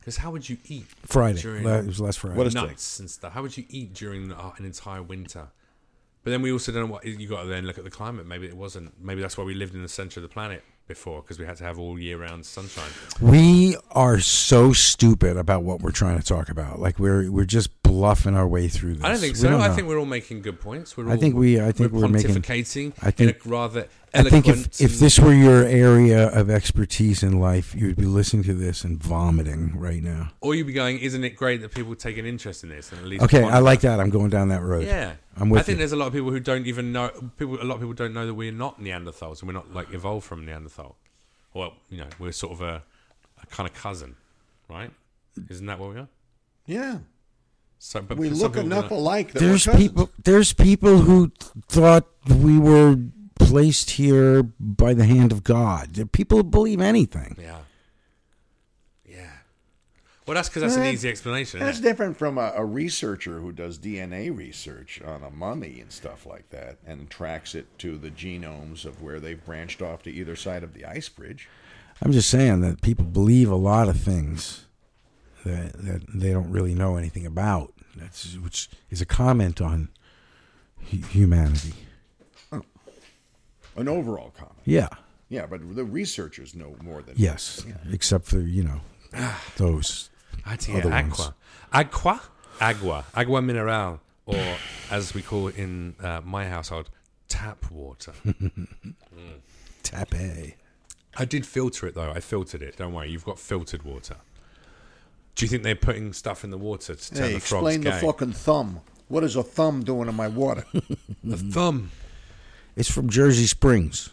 Because how would you eat
Friday.
During-
La- It was last Friday.
nuts and stuff? How would you eat during uh, an entire winter? But then we also don't know what you got to then look at the climate. Maybe it wasn't. Maybe that's why we lived in the center of the planet before because we had to have all year round sunshine.
We are so stupid about what we're trying to talk about. Like we're we're just bluffing our way through this.
I don't think
We
so. I
know.
think we're all making good points. We're all,
I think we- I think
we're
we're making-
pontificating.
I think-
in a rather
I
eloquent.
think if, if this were your area of expertise in life, you'd be listening to this and vomiting right now.
or you'd be going, isn't it great that people take an interest in this? And at least
Okay,
one-
I like that. I'm going down that road.
Yeah,
I'm with
I think
you.
there's a lot of people who don't even know. People, a lot of people don't know that we're not Neanderthals and we're not like evolved from Neanderthal. Well, you know, we're sort of a, a kind of cousin, right? Isn't that what we are?
Yeah.
So, but
We
some
look
people
enough
don't-
alike that
There's
we're cousins.
people. There's people who th- thought we were placed here by the hand of God. There are People who believe anything.
Yeah, yeah. Well, that's because that's an
Eh,
easy explanation.
That's
Isn't it?
different from a, a researcher who does DNA research on a mummy and stuff like that and tracks it to the genomes of where they've branched off to either side of the ice bridge.
I'm just saying that people believe a lot of things that that they don't really know anything about. That's which is a comment on hu- humanity.
An overall comment.
Yeah.
Yeah, but the researchers know more than
Yes. Except for you know those.
Idea,
other ones.
aqua, aqua, agua, agua mineral, or as we call it in uh, my household, tap water.
Tape.
I did filter it though. I filtered it. Don't worry. You've got filtered water. Do you think they're putting stuff in the water to turn
Hey,
the frogs
explain the
gay?
fucking thumb. What is a thumb doing in my water?
The thumb.
It's from Jersey Springs.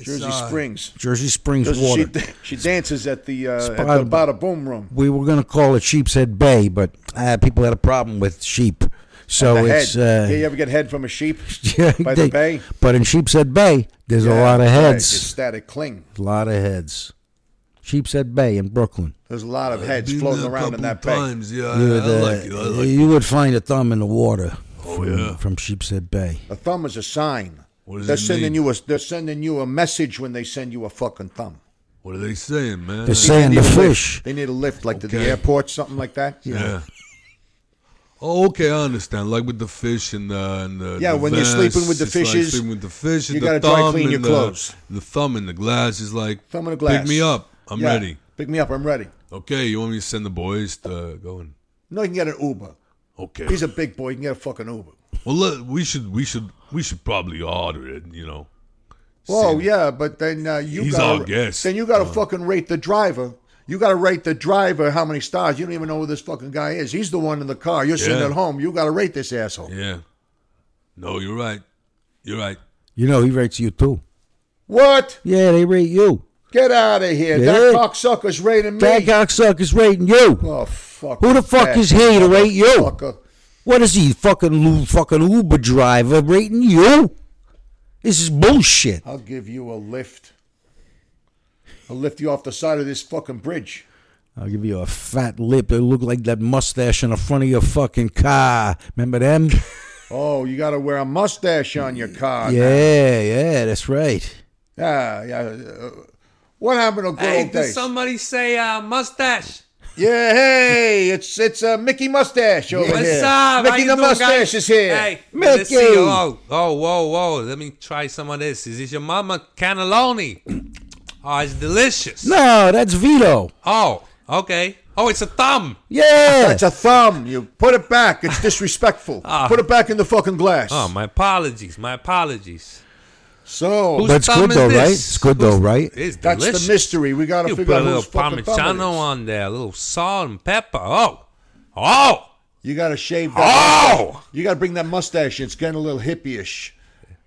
Jersey Springs.
Jersey Springs
Does
uh, water.
she, she dances at the uh, at the
Spotted-
bada boom room.
we were going to call it Sheepshead Bay, but uh, people had a problem with sheep, so
The head.
it's uh,
yeah, you ever get head from a sheep
yeah,
by
they-
the bay?
But in Sheepshead Bay, there's a lot of
Yeah,
heads.
It's static cling.
A lot of heads. Sheepshead Bay in Brooklyn.
There's a lot of heads floating around in that bay.
Yeah,
You would, uh, you would find a thumb in the water from, from Sheepshead Bay.
A thumb is a sign.
does
they're
it
sending
mean?
you a they're sending you a message when they send you a fucking thumb.
What are they saying, man?
They're saying
They
the
need a lift.
fish.
They need a lift, like to the
Okay.
airport, something like that.
yeah. Oh, okay, I understand. Like with the fish and the and the
Yeah,
the
when you're sleeping with the
it's like
fishes,
sleeping with the fish, and
you
the
gotta dry
thumb
clean
and
your
the-
clothes.
The thumb in the glass is like
Thumb in a glass.
Pick me up. I'm
Yeah.
ready.
Pick me up. I'm ready.
Okay, you want me to send the boys to go in?
No, you can get an Uber.
Okay.
He's a big boy. You can get a fucking Uber.
well, let, we should we should we should probably order it. You know.
Well, yeah, but then uh, you
He's
gotta,
our guest.
Then you got to
Uh.
fucking rate the driver. You got to rate the driver how many stars. You don't even know who this fucking guy is. He's the one in the car. You're sitting
Yeah.
at home. You got to rate this asshole.
Yeah. No, you're right. You're right.
You know, he rates you too.
What?
Yeah, they rate you.
Get out of here!
Yeah.
That cocksucker's rating me.
That cocksucker's rating you.
oh fuck!
Who the fuck
that
is he to rate you?
Fucker.
What is he, fucking Lu- fucking Uber driver rating you? This is bullshit.
I'll give you a lift. I'll lift you off the side of this fucking bridge.
I'll give you a fat lip that look like that mustache on the front of your fucking car. Remember them?
Oh, you got to wear a mustache on your car.
yeah, yeah, that's right.
Ah, yeah. uh, What happened to good old days?
somebody say uh, mustache?
Yeah, hey, it's it's uh, Mickey Mustache over here. Mickey the Mustache is here.
Mickey.
let's see. Oh, oh, whoa, whoa. Let me try some of this. Is this your mama cannelloni? oh, it's delicious.
No, that's Vito.
Oh, okay. Oh, it's a thumb.
Yeah.
That's a thumb. You put it back. It's disrespectful.
Ah.
put it back in the fucking glass.
Oh, my apologies. My apologies.
so
Whose
But it's
thumb
good
is
though, right?
this?
It's good though, right?
It's
that's
delicious.
the mystery. We got to
You
figure
put a
out
little
who's fucking thumb it
parmigiano
is.
on there, a little salt and pepper. Oh, oh,
You got to shave that.
oh!
You got to bring that mustache. in. It's getting a little hippie-ish.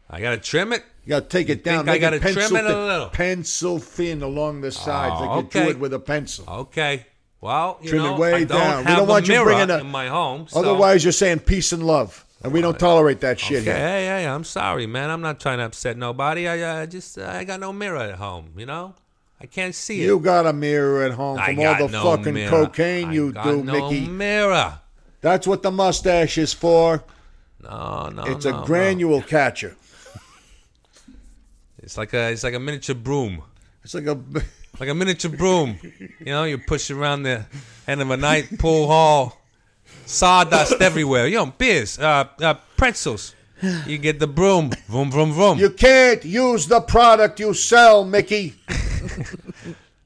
I gotta trim it.
You got to take it down.
I
Make
gotta
it
trim
pencil
it a
thin,
little?
Pencil thin along the sides.
Oh,
like you do
okay.
it with a pencil.
Okay. Well, you
Trim it
know,
way
I don't
down. We
have
don't want
a
you
mirror
bringing a-
in my home. So.
Otherwise, you're saying peace and love, and we don't tolerate that shit
okay.
here.
Hey, hey, I'm sorry, man. I'm not trying to upset nobody. I uh, just uh, I got no mirror at home. You know, I can't see
You
it.
got a mirror at home
I
from
got
all the
no
fucking
mirror.
cocaine you
I got
do,
no
Mickey.
Mirror.
That's what the mustache is for.
No, no,
It's
Oh, no,
a
no.
granule catcher.
It's like a it's like a miniature broom.
It's like a.
like a miniature broom. You know, you push around the end of a night pool hall, sawdust everywhere. You know, beers, uh, uh, pretzels. You get the broom, vroom, vroom, vroom.
You can't use the product you sell, Mickey.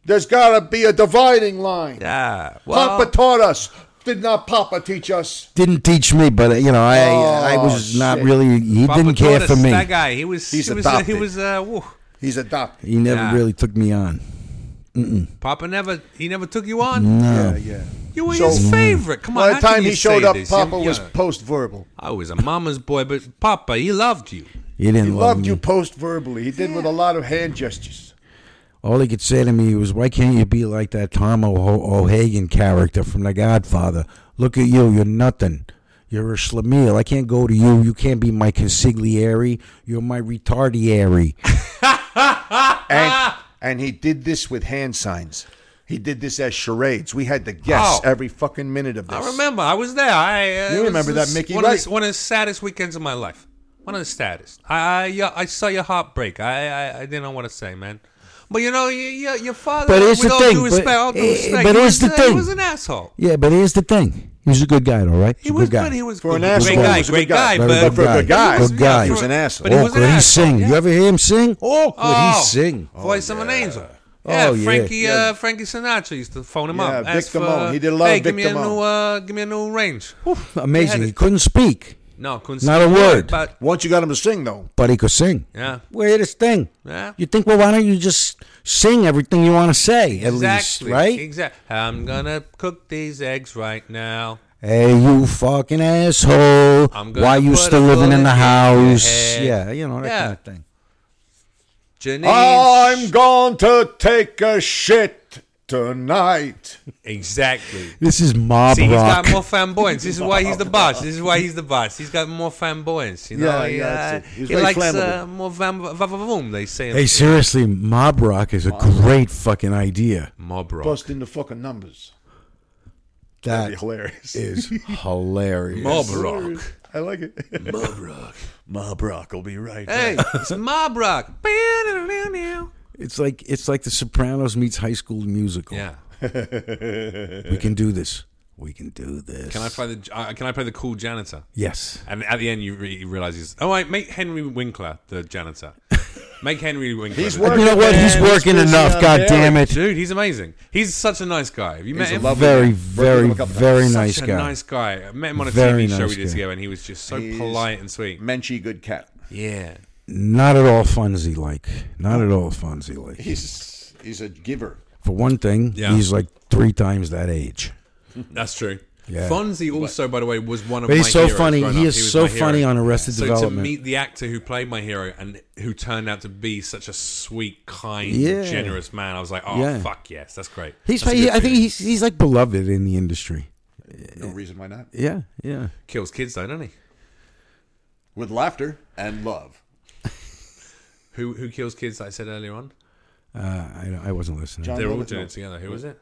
There's got to be a dividing line.
yeah, well,
Papa taught us. Did not Papa teach us?
Didn't teach me, but uh, you know, I I was
Oh,
not
shit.
really. He
Papa
didn't care
Tortoise,
for me.
That guy, he was,
He's
he was, uh, he
adopted.
was, uh, woo.
He's adopted.
He never
Yeah.
really took me on.
Papa never, he never took you on.
Yeah, yeah.
You were
So-
his favorite. Come on,
By
how
the
can
time
you
he showed
say
up,
this?
Papa
You-
was
you-
post-verbal.
I was a mama's boy, but Papa, he loved you.
He didn't
He
love
loved
me.
you post-verbally. He did with a lot of hand gestures.
All he could say to me was, "Why can't you be like that Tom o- O'Hagan character from The Godfather? Look at you. You're nothing. You're a schlemiel. I can't go to you. You can't be my consigliere. You're my retardiary.
and and he did this with hand signs. He did this as charades. We had to guess
Oh.
every fucking minute of this.
I remember. I was there. I uh,
You
it was-
remember that,
it's
Mickey,
One, of
right?
the, one of the saddest weekends of my life. One of the saddest. I I, yeah, I saw your heartbreak. I I, I didn't know what to say, man. But you know, your your, your father.
But here's
with
the
all
thing,
Due
but-
respect, all due
eh,
respect,
but
he
here's
was,
the
uh, He
thing.
was an asshole.
Yeah, but here's the thing. He was a good guy, all right. He's
He
a
was,
good guy.
but he was
For an
good.
asshole,
Great guy,
he was a
great
good
guy,
guy.
but,
Very good
but
guy.
he was-
Good
yeah,
guy.
for-
He was
an asshole.
But he
oh,
was an
could he
asshole,
sing?
yeah.
You ever hear him sing? Oh, could
Oh.
he sing?
Voice of an angel.
Oh,
Yeah,
yeah.
Frankie Uh, Frankie Sinatra used to phone him
Yeah,
up. ask
Victim
for,
Own. He did a lot
hey,
of
give me a
Victim
new
Own.
uh, give me a new range.
Amazing.
Yeah.
He couldn't speak,
No, couldn't
Not
speak
a word.
But
Once you got him to sing, though,
but he could sing.
yeah,
Where this thing?
yeah.
You think, well, why don't you just sing everything you want to say at
exactly.
least, right?
Exactly. I'm gonna cook these eggs right now.
Hey, you fucking asshole!
I'm gonna
Why you
put
still
a
living
bullet
in
in
the
your
house?
head.
Yeah, you know that
Yeah.
kind of thing.
Janice.
I'm going to take a shit tonight.
exactly.
This is mob
See, he's
rock.
got more flamboyance. This is why he's the boss. This is why he's the boss. He's got more flamboyance. You know,
Yeah,
he,
yeah,
uh,
that's it. He's
he
very
likes uh,
flammable.
more vam- va- va- voom, They say
hey, seriously, mob rock is a great fucking idea.
mob rock.
Busting the fucking numbers.
That
That'd be hilarious.
is hilarious.
mob rock.
I like it. Mob Rock. Mob Rock will be right
Hey, it's mob rock.
It's like it's like The Sopranos meets High School Musical.
Yeah.
We can do this. we can do this.
Can I play the uh, Can I play the cool janitor?
Yes.
And at the end, you, re- you realize he's. Oh, wait, make Henry Winkler the janitor. make Henry Winkler.
He's
the-
working.
You know what? He's
man.
working
busy
enough.
out
God
there.
damn it.
Dude, he's amazing. He's such a nice guy. Have you met
He's a
him?
lovely
Very,
man. Worked with
very,
him a couple
very
times.
nice
such a
guy.
nice guy. I met him on a
Very
TV show
nice
we did
guy.
together, and he was just so
He's-
polite and sweet.
Menchie, good cat.
Yeah.
Not at all funsy like. Not at all funsy like.
He's he's a giver.
For one thing,
Yeah.
he's like three times that age.
That's true.
Yeah.
Fonzie also, by the way, was one of my
But he's so
heroes
funny.
growing
He
up.
is
was
so
my hero.
funny on Arrested
so
Development.
to meet the actor who played my hero and who turned out to be such a sweet, kind,
Yeah.
generous man, I was like, oh
Yeah.
fuck yes, that's great.
He's.
That's a
He,
good
I think
feeling.
he's. He's like beloved in the industry.
No reason why not.
Yeah. Yeah.
kills kids though, doesn't he?
With laughter and love.
Who who kills kids? I said earlier on.
Uh, I, I wasn't listening.
John
They were all
Lovitz-
doing it together. Who was it?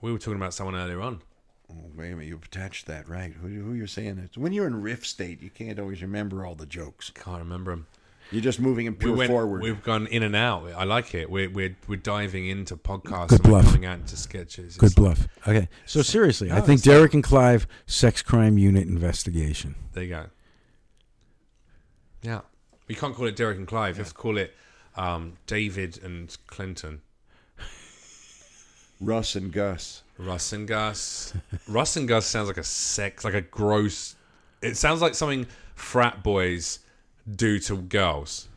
We were talking about someone earlier on.
Oh, wait a minute, you attached that right? Who, who you're saying it? When you're in riff state, you can't always remember all the jokes.
Can't remember him.
You're just moving in
We
pure
went,
forward.
We've gone in and out. I like it. We're we're, we're diving into podcasts
Good
and we're
bluff.
coming out into sketches.
Good
It's-
bluff. Okay. So seriously, I think Derek and Clive sex crime unit investigation.
There you go. Yeah. We can't call it Derek and Clive. Let's call it um, David and Clinton.
Russ and Gus.
Russ and Gus. Russ and Gus sounds like a sex, like a gross. It sounds like something frat boys do to girls.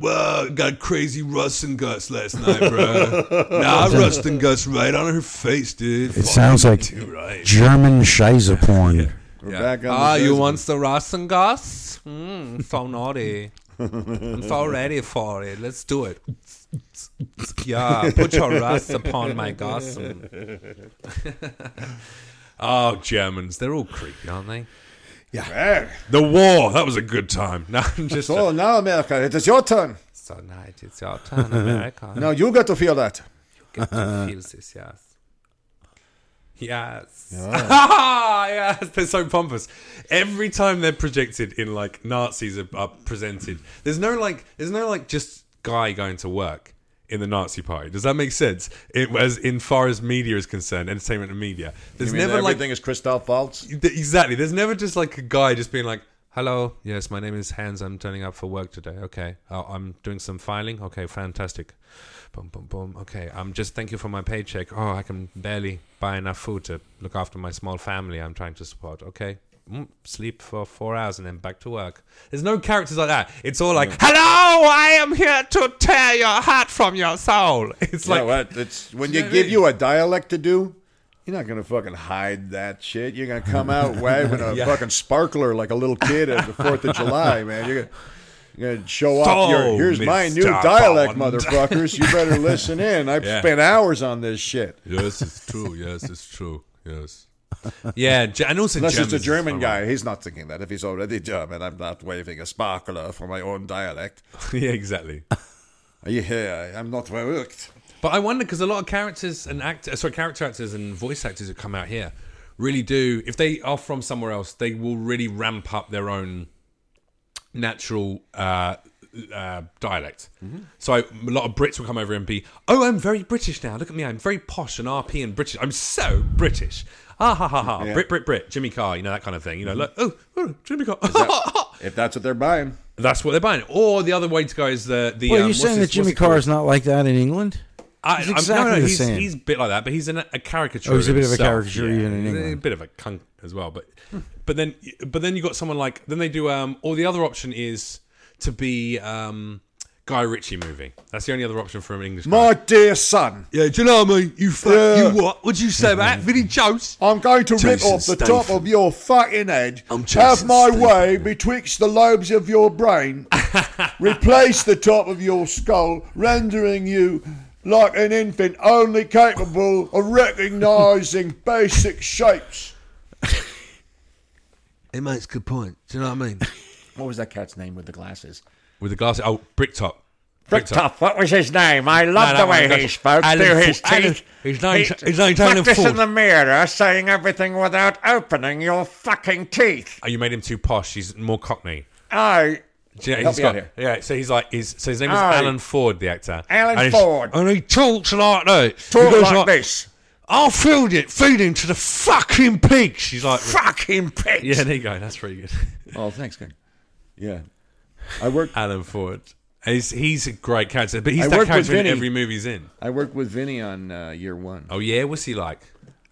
Well, got crazy Russ and Gus last night, bro. nah, I Russ and Gus right on her face, dude.
It sounds like
right.
German Scheiser porn.
We're back on the
Ah, you
business.
want the Russ and Gus? Mm, so naughty. I'm so ready for it. Let's do it. Yeah, put your Russ upon my Gus. oh, Germans. They're all creepy, aren't they?
Hey,
The war. That was a good time. No, I'm just.
so now America, it is your turn.
So night. It's your turn, America.
Now you got to feel that.
Get to feel this, yes. Yes. yes. They're so pompous. Every time they're projected in like Nazis are, are presented, there's no like, there's no like just guy going to work in the Nazi party. Does that make sense? It as in far as media is concerned, entertainment and media. There's
You mean
never like
everything is Christoph Waltz?
Th- exactly. There's never just like a guy just being like, "Hello, yes, my name is Hans. I'm turning up for work today. Okay, oh, I'm doing some filing. Okay, fantastic. Boom, boom, boom. Okay, I'm just thank you for my paycheck. Oh, I can barely buy enough food to look after my small family. I'm trying to support. Okay." Mm, sleep for four hours and then back to work. There's no characters like that. It's all like, "Hello, I am here to tear your heart from your soul." It's
You
like
know what? It's when
Do you
you
know what I
give
mean?
you a dialect to do. You're not gonna fucking hide that shit. You're gonna come out waving a fucking sparkler like a little kid at the Fourth of July, man. You're gonna, you're gonna show
So,
off your here's my new
Mr.
dialect,
Bond."
motherfuckers. You better listen in. I've
Yeah.
spent hours on this shit.
Yes, it's true. Yes, it's true. Yes. Yeah, Ge- and also
Unless
Germans
it's a
is
German
fun.
guy, he's not thinking that. If he's already German, I'm not waving a sparkler for my own dialect.
yeah, exactly.
Yeah, I'm not verrückt.
But I wonder because a lot of characters and act, uh, sorry, character actors and voice actors who come out here really do. If they are from somewhere else, they will really ramp up their own natural uh, uh, dialect.
Mm-hmm.
So a lot of Brits will come over and be, "Oh, I'm very British now. Look at me. I'm very posh and RP and British. I'm so British." Ah ha ha ha! Brit Brit Brit. Jimmy Carr. You know that kind of thing. You know, like
Mm-hmm.
oh, oh Jimmy Carr.
If that's what they're buying,
That's what they're buying. Or the other way to go is the the. um,
Well, you're
what's
saying
his-
that Jimmy
what's it called?
Carr is not like that in England?
I,
He's
I'm-
exactly
no, no,
the
he's,
same.
he's a bit like that, but he's an, a caricature.
Oh, he's a
of
bit of a
himself.
caricature even in
A
England.
bit of a cunt as well, but but then but then you got someone like then they do um or the other option is to be um Guy Ritchie movie. That's the only other option for an English. guy.
my dear son,
yeah, do you know what I mean? You fuck,
Yeah.
you what? Would you say about Vinny Jones?
I'm going to rip
Jason
off the
Statham.
top of your fucking head,
I'm Jason
have my
Statham.
way betwixt the lobes of your brain, replace the top of your skull, rendering you like an infant only capable of recognizing basic shapes.
It makes a good point. Do you know what I mean?
What was that cat's name with the glasses?
With the glasses, oh Bricktop.
Bricktop, what was his name? I love
No,
the
no,
way
no,
he
no.
spoke
Alan
through
Ford-
his
Alan-
teeth.
he's not-
He
he's not Alan
practiced
Ford.
in the mirror, saying everything without opening your fucking teeth.
Oh, you made him too posh. He's more Cockney.
I,
Yeah,
Help
he's
me
got,
out here.
yeah, so he's like, he's, so his name is
Aye.
Alan Ford, the actor.
Alan
And he's-
Ford.
And he talks like that. He
talk
goes
like this.
I'll feed it, feed him to the fucking pig. She's like,
Fucking pigs.
yeah, there you go. That's pretty good.
Oh, thanks, guy. Yeah. I worked
Alan Ford. He's, he's a great character, but he's
I
that
worked with
character in
Vinny.
every movie he's in.
I worked with Vinny on uh, year one.
Oh yeah, what's he like?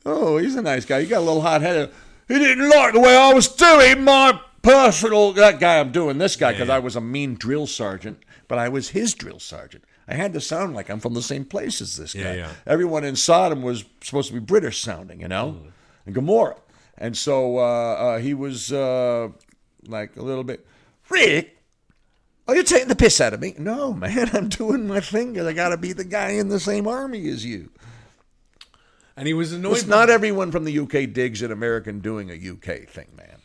Oh, he's a nice guy. He got a little hot headed. He didn't like the way I was doing my personal. That guy, I'm doing this guy because I was a mean drill sergeant, but I was his drill sergeant. I had to sound like I'm from the same place as this guy.
yeah.
Everyone in Sodom was supposed to be British sounding, you know,
Mm.
and Gomorrah. And so uh, uh, he was uh, like a little bit, Rick, Oh, you're taking the piss out of me? No, man, I'm doing my thing 'cause I got to be the guy in the same army as you.
And he was annoyed.
It's not everyone from the UK digs an American doing a UK thing, man.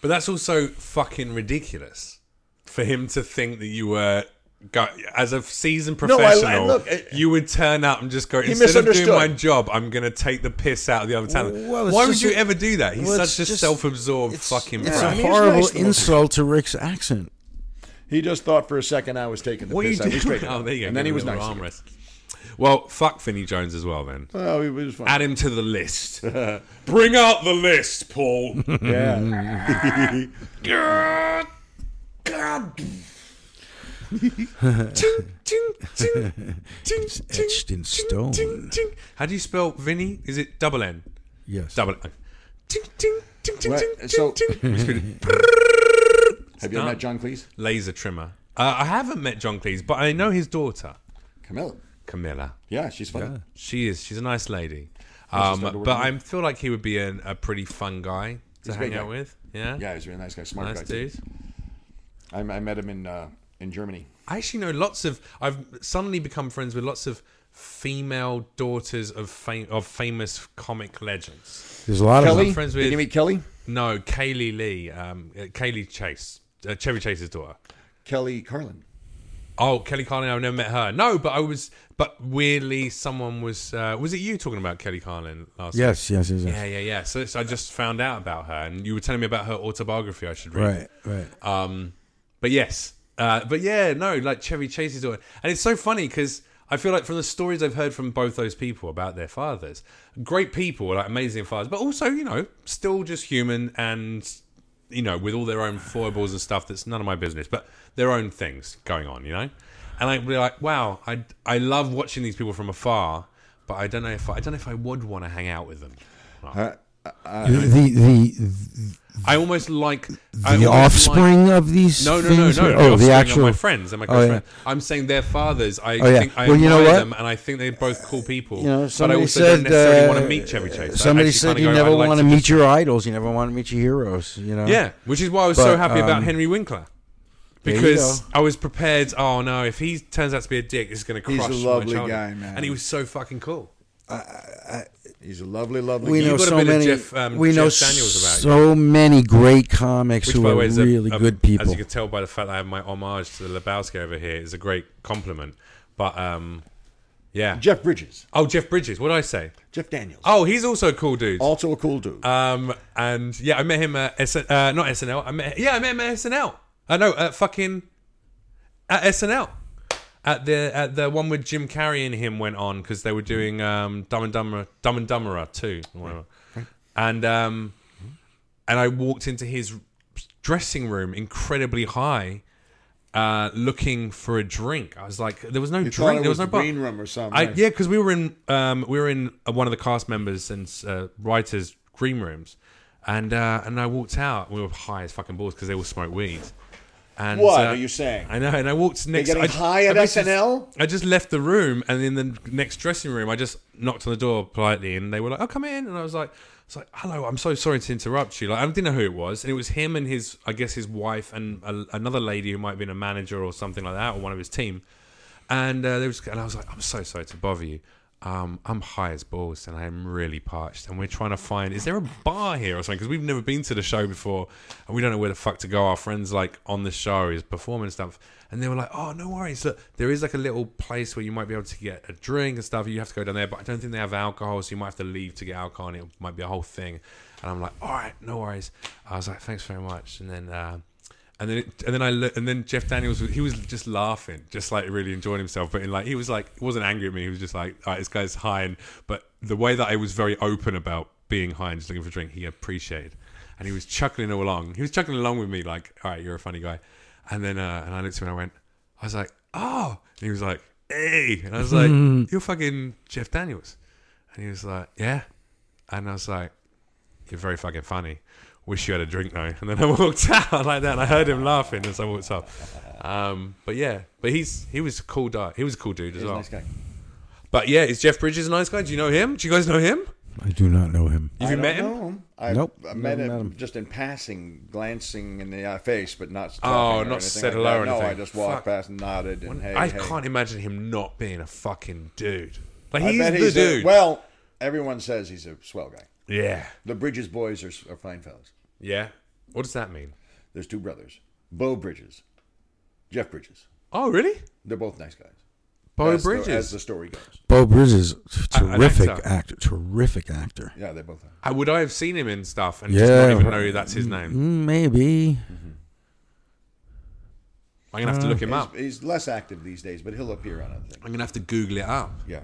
But that's also fucking ridiculous for him to think that you were. Go, as a seasoned
No, I- I-
professional,
look, I-
you would turn up and just go. Instead of doing
misunderstood.
my job, I'm going to take the piss out of the other talent.
Well, it's
Why would
just
you
a-
ever do that? He's
well, it's
such a
just-
self-absorbed
it's-
fucking.
It's
prick.
a
he's
horrible
nice to look at.
insult to Rick's accent.
He just thought for a second I was taking the
What are you
piss out of me.
doing?
straight
Oh,
up.
there you go.
And then
give
he
him
was
a
nice.
little arm rest. Well, fuck Vinnie Jones as well then.
Oh, he was fun.
Add him to the list. Bring out the list, Paul.
Yeah.
God. God. Ting, ting, ting, ting, ting,
etched in
ting,
stone.
ting, ting. How do you spell Vinny? Is it double N?
Yes.
Double N. Ting, ting, ting, ting,
What?
ting,
So-
ting, ting. It's good.
Have you
Stop.
met John Cleese?
Laser trimmer. Uh, I haven't met John Cleese, but I know his daughter,
Camilla.
Camilla.
Yeah, she's funny.
She is. She's a nice lady. Um,
started
but I
working
feel like he would be an, a pretty fun guy to
a
hang
great
out
guy.
with. Yeah.
Yeah, he's a really nice guy. Smart
Nice
guy. too.
dude.
I, I met him in uh, in Germany.
I actually know lots of. I've suddenly become friends with lots of female daughters of fam- of famous comic legends.
There's a lot of
Kelly?
them.
friends
Did
with-
you meet Kelly?
No, Kaylee Lee, um, uh, Kaylee Chase, uh, Chevy Chase's daughter.
Kelly Carlin.
Oh, Kelly Carlin. I've never met her. No, but I was. But weirdly, someone was. Uh, was it you talking about Kelly Carlin last? week?
Yes, yes, yes, yes.
Yeah, yeah, yeah. So, so I just found out about her, and you were telling me about her autobiography. I should read.
Right, right.
Um, but yes, uh, but yeah, no, like Chevy Chase's daughter, and it's so funny because I feel like from the stories I've heard from both those people about their fathers, great people, like amazing fathers, but also you know still just human and you know with all their own foibles and stuff that's none of my business, but their own things going on, you know. And I'd be like, wow, I I love watching these people from afar, but I don't know if I, I don't know if I would want to hang out with them.
the the the,
I almost like I almost
the
like-
offspring of these.
No, no, no,
things
no.
were-
Oh,
Oh, the actual.
my friends and my
Oh, yeah. Oh,
girlfriend. I'm saying their fathers. I
yeah.
think I
Well, you know
admire
what?
them, and I think they're both cool people.
You know,
but I
somebody
also
said
don't necessarily want
uh,
to meet Chevy Chase. I
Somebody
actually
said
kinda
you
go,
never
I'd like
want to
to
meet
just-
your idols. You never want to meet your heroes. You know.
Yeah, which is why I was so
But,
happy about
um,
Henry Winkler.
there you
Because
go.
I was prepared. Oh no! If he turns out to be a dick, it's going to crush.
He's a
my
lovely
childhood."
guy, man.
And he was so fucking cool.
He's a lovely, lovely
We
guy.
know
got a
so
bit of
many.
Jeff, um,
we know
Jeff Daniels about
so many great comics
Which,
who
by the
are
way, is a-
really
a-
good people.
As you can tell by the fact that I have my homage to the Lebowski over here, is a great compliment. But um, yeah.
Jeff Bridges.
oh, Jeff Bridges. What did I say?
Jeff Daniels.
Oh, he's also a cool dude.
Also a cool dude.
Um, and yeah, I met him at S- uh, not SNL. I met yeah, I met him at SNL. I uh, know at fucking at SNL at the at the one with Jim Carrey and him went on because they were doing um, Dumb and Dumber Dumb and Dumberer too, or whatever. and um, and I walked into his dressing room incredibly high. Uh, looking for a drink, I was like, there was no
You thought
drink,
it
there was, no
was the
bar.
green room or something,
I,
right?
yeah, because we were in um, we were in uh, one of the cast members and uh, writers' green rooms, and uh, and I walked out. We were high as fucking balls because they all smoked weed. And,
What
uh,
are you saying?
I know. And I walked next.
getting
I,
high at
I basically
SNL?
just- I just left the room, and in the next dressing room, I just knocked on the door politely, and they were like, "Oh, come in," and I was like. It's like, hello, I'm so sorry to interrupt you. Like, I didn't know who it was, and it was him and his, I guess, his wife and a, another lady who might have been a manager or something like that, or one of his team. And uh, they were just, and I was like, I'm so sorry to bother you. Um, I'm high as balls and I'm really parched. And we're trying to find, is there a bar here or something? Because we've never been to the show before and we don't know where the fuck to go. Our friend's like on the show is performing and stuff. And they were like, oh, no worries. Look, there is like a little place where you might be able to get a drink and stuff. You have to go down there, but I don't think they have alcohol. So you might have to leave to get alcohol and it might be a whole thing. And I'm like, all right, no worries. I was like, thanks very much. And then, uh, And then, it, and then I look, and then Jeff Daniels, was- he was just laughing, just like really enjoying himself. But in like, he was like, he wasn't angry at me. He was just like, all right, this guy's high. And, but the way that I was very open about being high and just looking for a drink, he appreciated. And he was chuckling all along. He was chuckling along with me, like, all right, you're a funny guy. And then, uh, and I looked at him and I went, I was like, oh. And he was like, hey. And I was like, you're fucking Jeff Daniels. And he was like, yeah. And I was like, you're very fucking funny. Wish you had a drink though. And then I walked out like that, and I heard him laughing as I walked up. Um, but yeah, but he's he was a cool guy. He was a cool dude as well.
Nice guy.
But yeah, is Jeff Bridges a nice guy? Do you know him? Do you guys know him?
I do not know him.
Have you
I
met him?
don't know I,
Nope,
I met
never
him,
met him.
just in passing, glancing in the uh, face, but not.
Oh,
talking or
not
anything like
said hello
that.
or
No, I
anything.
just walked
Fuck.
past and nodded and hey.
I
hey.
can't imagine him not being a fucking dude. Like
I
he's
bet
the
he's
dude.
A, well, everyone says he's a swell guy.
yeah,
The Bridges boys are, are fine fellas.
yeah. What does that mean?
There's two brothers, Bo Bridges, Jeff Bridges.
Oh, really?
They're both nice guys.
Bo
as the- as
Bridges.
the story goes.
Bo Bridges,
an
terrific
actor.
actor, terrific actor.
Yeah, they both are.
I would I have seen him in stuff and just
Yeah.
not even know that's his name?
Mm, Maybe
I'm gonna have to look him
He's,
up.
he's less active these days, but he'll appear on other things.
I'm gonna have to Google it up.
Yeah.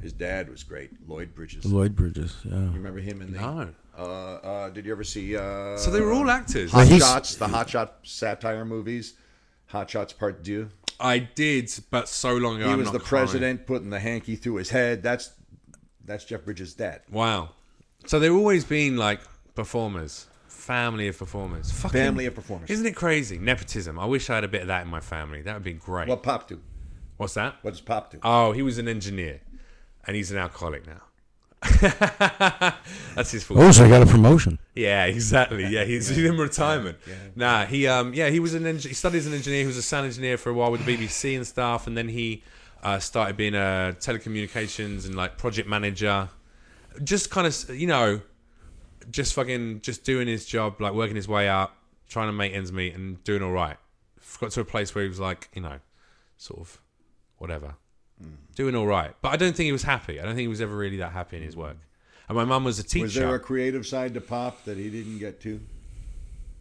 His dad was great, Lloyd Bridges. You
Lloyd Bridges. Yeah,
remember him in the?
No.
Uh, uh, did you ever see? Uh,
So they were all actors.
Hot
He's-
Shots, the Hot Shot satire movies, Hot Shots Part Two.
I did, but so long ago.
He
I'm
was
not
the
current.
president putting the hanky through his head. That's that's Jeff Bridges' dad.
Wow. So they've always been like performers, family of performers, Fucking,
Family of performers.
Isn't it crazy? Nepotism. I wish I had a bit of that in my family. That would be great.
What Pop do?
What's that?
What does Pop do?
Oh, he was an engineer, and he's an alcoholic now. That's his fault.
Oh, so I got a promotion.
Yeah, exactly. Yeah, he's in retirement. Nah, he um yeah he was an eng- he studied as an engineer. He was a sound engineer for a while with the BBC and stuff, and then he uh, started being a telecommunications and like project manager, just kind of you know, just fucking just doing his job, like working his way up, trying to make ends meet, and doing all right. Got to a place where he was like you know, sort of whatever doing all right. But I don't think he was happy. I don't think he was ever really that happy in his work. And my mum was a teacher.
Was there a creative side to Pop that he didn't get to?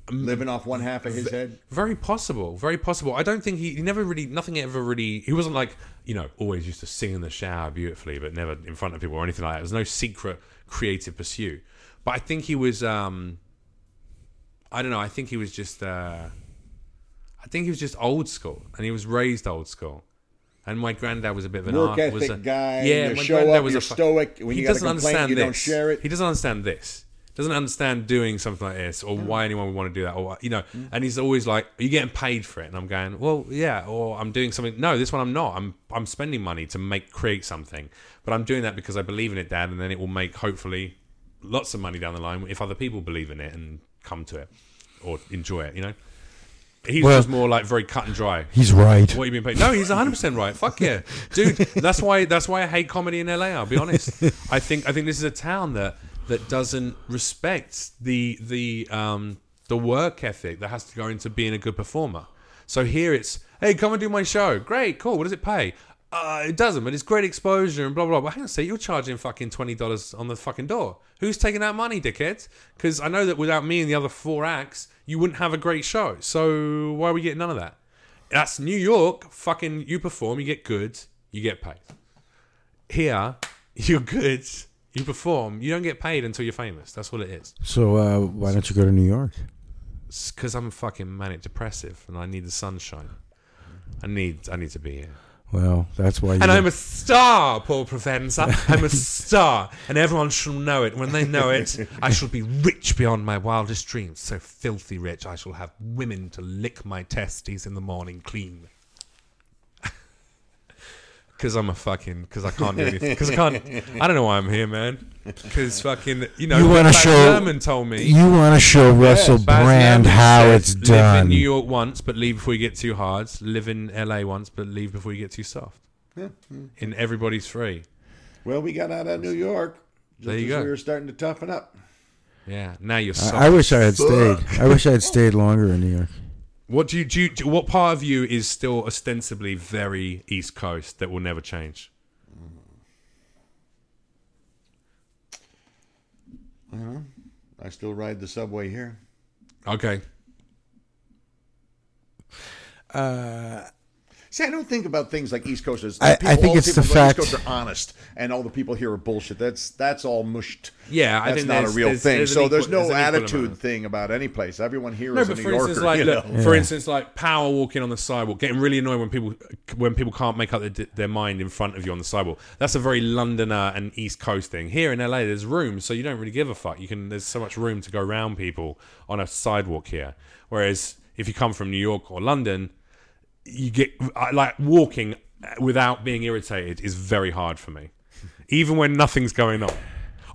Um,
Living off one half of his head.
Very possible. Very possible. I don't think he, he never really, nothing ever really, he wasn't like, you know, always used to sing in the shower beautifully, but never in front of people or anything like that. There was no secret creative pursuit. But I think he was, um, I don't know, I think he was just, uh, I think he was just old school and he was raised old school. And my granddad was a bit of an
Work
art, was
ethic
a,
guy,
Yeah,
you
my
show
granddad
up,
was
you're
a fu-
stoic, when
he
you gotta
doesn't
complain,
understand
you
this.
don't share it.
He doesn't understand this. Doesn't understand doing something like this or why anyone would want to do that or what- you know.
Mm.
And he's always like, "Are you getting paid for it?" And I'm going, "Well, yeah." Or I'm doing something. No, this one I'm not. I'm I'm spending money to make create something, but I'm doing that because I believe in it, Dad, and then it will make hopefully lots of money down the line if other people believe in it and come to it or enjoy it. You know, he's
Well-
just more like very cut and dry.
He's right.
What are you being paid? No, he's 100 percent right. Fuck yeah, dude. That's why. That's why I hate comedy in LA. I'll be honest. I think. I think this is a town that that doesn't respect the the um the work ethic that has to go into being a good performer. So here it's hey, come and do my show. Great, cool. What does it pay? Uh, it doesn't, but it's great exposure and blah blah. blah. But hang on a sec, you're charging fucking twenty dollars on the fucking door. Who's taking that money, dickhead? Because I know that without me and the other four acts, you wouldn't have a great show. So why are we getting none of that? That's New York. Fucking, you perform, you get good, you get paid. Here, you're good, you perform, you don't get paid until you're famous. That's all it is.
So uh, why don't you go to New York?
Because I'm fucking manic depressive and I need the sunshine. I need, I need to be here.
Well, that's why. You
And I'm a star, Paul Provenza. I'm a star, and everyone shall know it. When they know it, I shall be rich beyond my wildest dreams. So filthy rich, I shall have women to lick my testes in the morning clean. Because I'm a fucking. Because I can't do anything. Because I can't. I don't know why I'm here, man. Because fucking. You know.
You wanna
Baz
show-
Luhrmann told me.
you want to show Russell
Baz
Brand
Luhrmann
how
said,
it's
Live in
done.
New York once, but leave before you get too hard. Live in LA once, but leave before you get too soft. In everybody's free.
Well, we got out of New York. Just
There you
as
go.
We were starting to toughen up.
Yeah. Now you're soft.
I, I wish I had stayed. I wish I had stayed longer in New York.
what do you, do you do? What part of you is still ostensibly very East Coast that will never change?
I still ride the subway here.
Okay.
See, I don't think about things like East Coasters.
I-
People-
I think
all
it's
people
the
who go,
fact-
East Coast are honest, and all the people here are bullshit. That's that's all mushed.
Yeah, I
that's
think
not a
there's-
real
there's-
thing.
there's an
so there's
equal-
no
there's an equal
attitude
amount.
thing about any place. Everyone here is
No,
a
but
New
for
Yorker.
instance, like
you
look,
know?
for instance, like power walking on the sidewalk, getting really annoyed when people when people can't make up their, their mind in front of you on the sidewalk. That's a very Londoner and East Coast thing. Here in LA, there's room, so you don't really give a fuck. You can there's so much room to go round people on a sidewalk here. Whereas if you come from New York or London, you get I- like walking without being irritated is very hard for me, even when nothing's going on.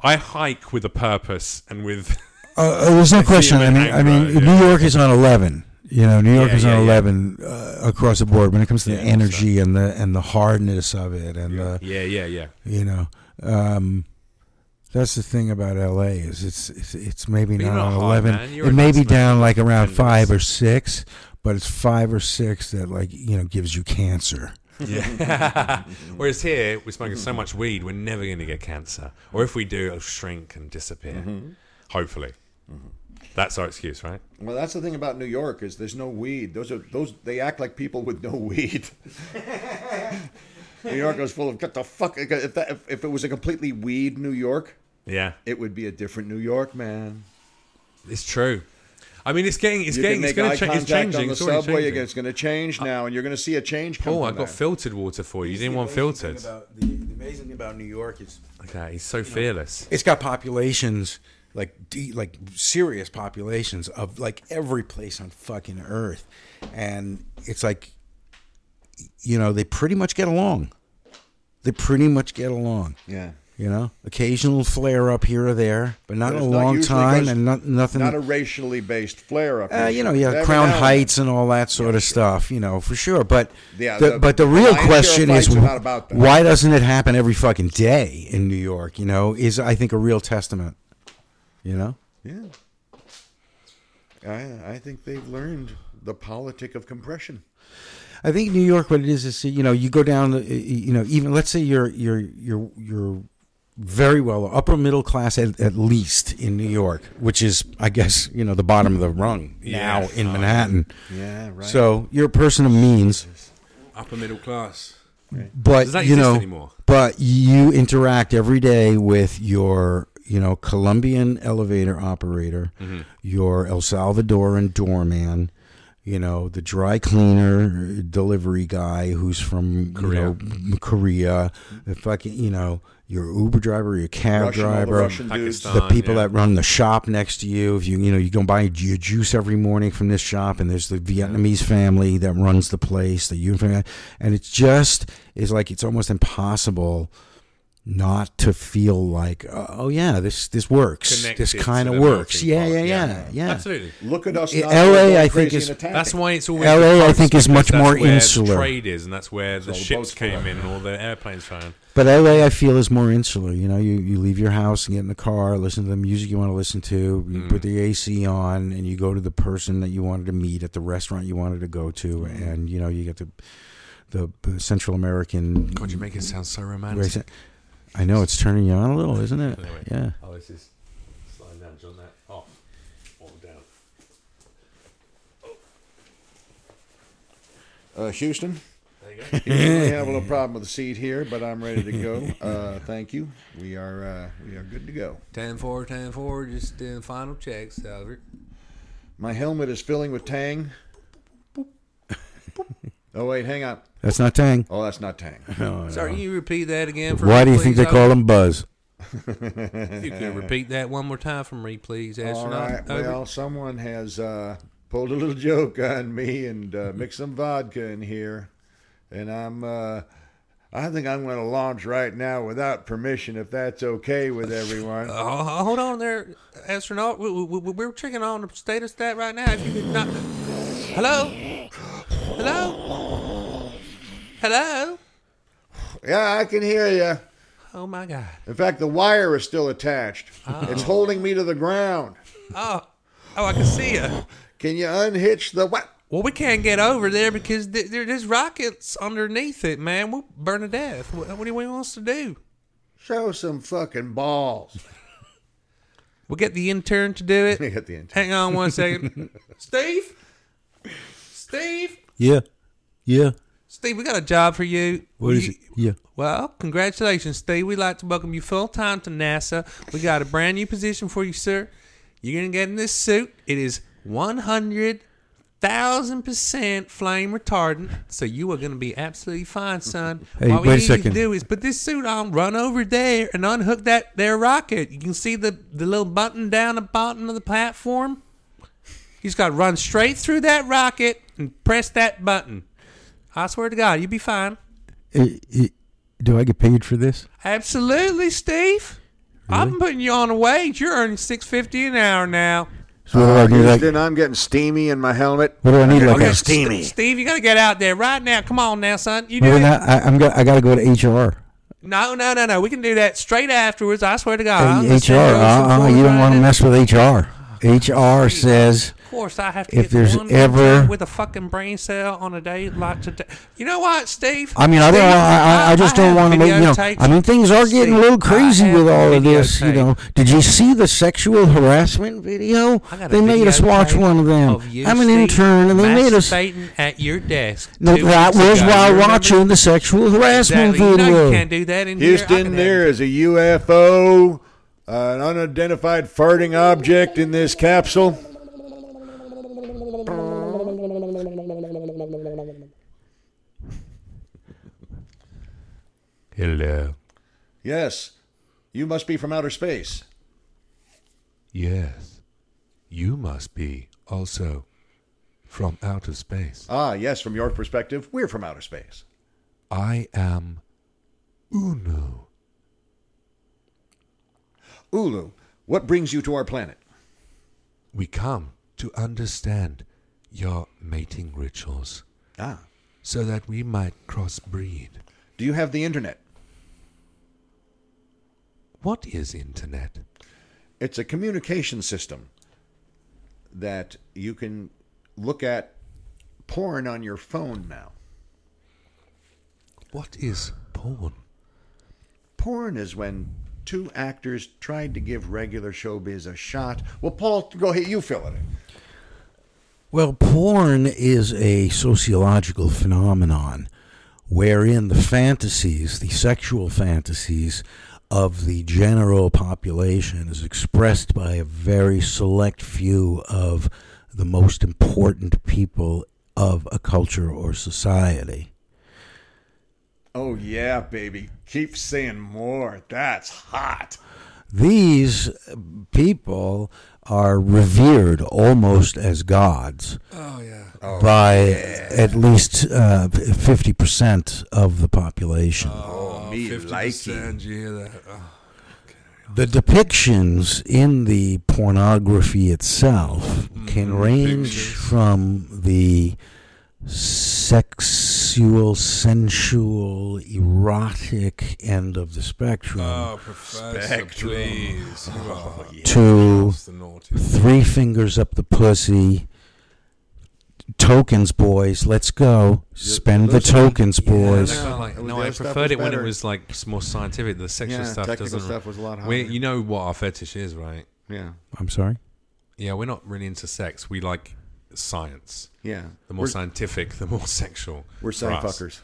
I hike with a purpose and with.
Uh, there's no question. I mean, I mean,
Anger, yeah.
New York is on eleven. You know, New York
Yeah,
is on
yeah, yeah.
eleven uh, across the board when it comes to the energy and the and the hardness of it, and the,
yeah, yeah, yeah.
you know, um, that's the thing about L.A. is it's it's, it's maybe
you're
not
not
on
hard,
eleven.
man. You're a
it may
nice
be
man.
down like around
Goodness.
five or six, but it's five or six that like you know gives you cancer.
Whereas here, we're smoking
Mm-hmm.
so much weed, we're never going to get cancer. Or if we do, it'll shrink and disappear.
Mm-hmm.
Hopefully. That's our excuse, right?
Well, that's the thing about New York is there's no weed. Those are those. They act like people with no weed. New York is full of get the fuck. If, that, if, if it was a completely weed New York,
Yeah,
it would be a different New York, man.
it's true. I mean, it's getting, it's
You
getting,
can
it's
make
going
eye
to change. It's
contact
changing.
on the
It's already
subway.
changing. Uh,
It's going to change now, and you're going to see a change. Come
Oh, I
from
got
that.
filtered water for you. You didn't want filtered.
About the, the amazing thing about New York is
Okay, he's so fearless.
it's got populations like de- like serious populations of like every place on fucking earth and it's like you know they pretty much get along they pretty much get along
Yeah.
you know occasional flare up here or there but not
But
in a
it's not
long
usually
time
goes-
and not, nothing
Not a racially based flare up.
uh, you know, yeah, Crown Heights and all that sort of stuff, you know, for sure. But
Yeah,
the,
the-
but the
the
real
lion's share of
question is,
fights are not about that.
why doesn't it happen every fucking day in New York? You know, is I think a real testament. You know,
Yeah. I, I think they've learned the politic of compression.
I think New York, what it is, is you know, you go down, the- you know, even let's say you're you're you're you're very well upper middle class at, at least in New York, which is I guess you know the bottom of the rung now
Yeah.
in Manhattan.
oh, Yeah, right.
So you're a person of means.
Upper middle class.
but
Does that
you
exist
know,
anymore?
but you interact every day with your, you know, Colombian elevator operator,
Mm-hmm.
your El Salvadoran doorman, you know, the dry cleaner delivery guy who's from Korea, you know, Korea, the fucking, you know, your Uber driver, your cab
Russian, all the
driver,
Russian dudes.
Pakistan.
the people
yeah.
that run the shop next to you. If you you know you go buy your juice every morning from this shop, and there's the Vietnamese family that runs the place, the Yuen and it just is like it's almost impossible not to feel like uh, oh yeah this this works this
Connected
kind
to the
of works
melting
yeah
pot.
yeah yeah yeah
Absolutely.
Look at us.
I-
not
LA,
going
I think,
crazy
is-
and attacking.
That's why it's always
LA,
the
I
coast,
think, is
because
much
that's
more
where the
insular.
trade is, and that's where the
all the
ships
boats fly.
came in and all the airplanes flying.
But LA, I feel, is more insular. You know, you, you leave your house and get in the car, listen to the music you want to listen to, you
Mm.
put the AC on, and you go to the person that you wanted to meet at the restaurant you wanted to go to,
Mm.
and you know, you get the the, the Central American.
God, you make it sound so
race-
romantic.
I know it's turning you on a little, isn't it?
Anyway.
Yeah.
Oh, this is sliding down, John. That off, all down.
Uh, Houston.
There you go.
I have a little problem with the seat here, but I'm ready to go. Uh, thank you. We are uh, we are good to go.
10 4, 10 4, just doing final checks, Albert.
My helmet is filling with tang. Oh wait, hang on.
That's not Tang.
Oh, that's not tang.
Sorry, can you repeat that again for me,
Why do you think they
please, uh, Albert?
call him Buzz?
You can repeat that one more time for me, please,
All
astronaut. Oh,
right.
Albert.
Well, someone has uh, pulled a little joke on me and uh, mixed some vodka in here, and I'm. Uh, I think I'm going to launch right now without permission, if that's okay with everyone.
Oh, hold on there, astronaut. We, we, we, we're checking on the status of that right now. If you could not. Hello? Hello? Hello?
Yeah, I can hear you.
Oh, my God.
In fact, the wire is still attached. It's holding me to the ground.
Oh, oh I can see you.
Can you unhitch the what?
Well, we can't get over there because th- there, there's rockets underneath it, man. We'll burn to death. What, what do you want us to do?
Show some fucking balls.
We'll get the intern to do it.
Hit the end.
Hang on one second. Steve? Steve? Steve,
Yeah. Yeah.
Steve, we got a job for you.
What is
You-
it? Yeah.
Well, congratulations, Steve. We'd like to welcome you full time to NASA. We got a brand new position for you, sir. You're going to get in this suit. It is 100,000% flame retardant. So you are going to be absolutely fine, son.
Hey,
All we
wait a
need you
second.
to do is put this suit on, run over there, and unhook that there rocket. You can see the, the little button down the bottom of the platform. You just got to run straight through that rocket and press that button. I swear to God, you'll be fine.
I- I- Uh, do I get paid for this?
Absolutely, Steve. I'm putting you on a wage. You're earning six fifty an hour now.
So what do
Uh,
I do? Like,
Houston, I'm getting steamy in my helmet.
what do I need? Like a,
steamy.
Steve, you gotta get out there right now. Come on now, son. You do
well,
it.
then I, I- I'm go, I got to go to HR.
No, no, no, no. We can do that straight afterwards. I swear to God. I
Hey,
understand
HR.
you're some
Uh, uh,
fool
you don't
right
want to
now.
mess with HR. HR says,
Of course, I have to.
if
get
there's
one
ever-
with a fucking brain cell on a day like today. You know what, Steve?
I mean, I don't,
Steve,
I, I, I just don't
have
want to make, you know,
videotapes.
I mean, things are getting
Steve,
a little crazy
I have
with all of this, you
videotapes.
know. Did you see the sexual harassment video?
I got a
They made us watch
videotape
one of them.
of you,
I'm an
Steve,
intern, and they made us.
masturbating at your desk.
No,
two
that
weeks
was
ago.
while
You remember
watching the sexual harassment
Exactly. You
video.
know you can't do that in here. I
Houston,
can
there
have-
is a UFO, uh, an unidentified farting object in this capsule.
Hello.
Yes, you must be from outer space.
Yes. You must be also from outer space.
Ah, yes, from your perspective, we're from outer space.
I am Uno.
Ulu, what brings you to our planet?
We come to understand your mating rituals
Ah,
so that we might crossbreed.
do you have the internet?
What is internet?
It's a communication system that you can look at porn on your phone now.
What is porn?
Porn is when two actors tried to give regular showbiz a shot. Well, Paul, go ahead, you fill it in.
Well, porn is a sociological phenomenon wherein the fantasies, the sexual fantasies of the general population is expressed by a very select few of the most important people of a culture or society.
Oh, yeah, baby. Keep saying more. That's hot.
These people are revered almost as gods.
Oh yeah.
by at least uh, 50% of the population.
Oh, me liking.
50%, you hear that? Oh.
The depictions in the pornography itself can range
Mm-hmm. pictures.
from the sexual, sensual, erotic end of the spectrum
Oh, Professor,
Spectrum.
please. You
Uh-huh.
are
Oh,
to
That's the naughty.
three fingers up the pussy. Tokens, boys, let's go. Spend the
those-
tokens,
yeah,
boys.
that's-
No, like,
Well,
no
the
I
other stuff
preferred
was
it when it
better.
was like s- more scientific. The sexual
Yeah,
stuff
technical
doesn't.
stuff was a lot
we,
hotter.
you know what our fetish is, right?
Yeah,
I'm sorry.
Yeah, we're not really into sex. We like science.
yeah.
The more
we're,
scientific, the more sexual.
we're
for
science
us.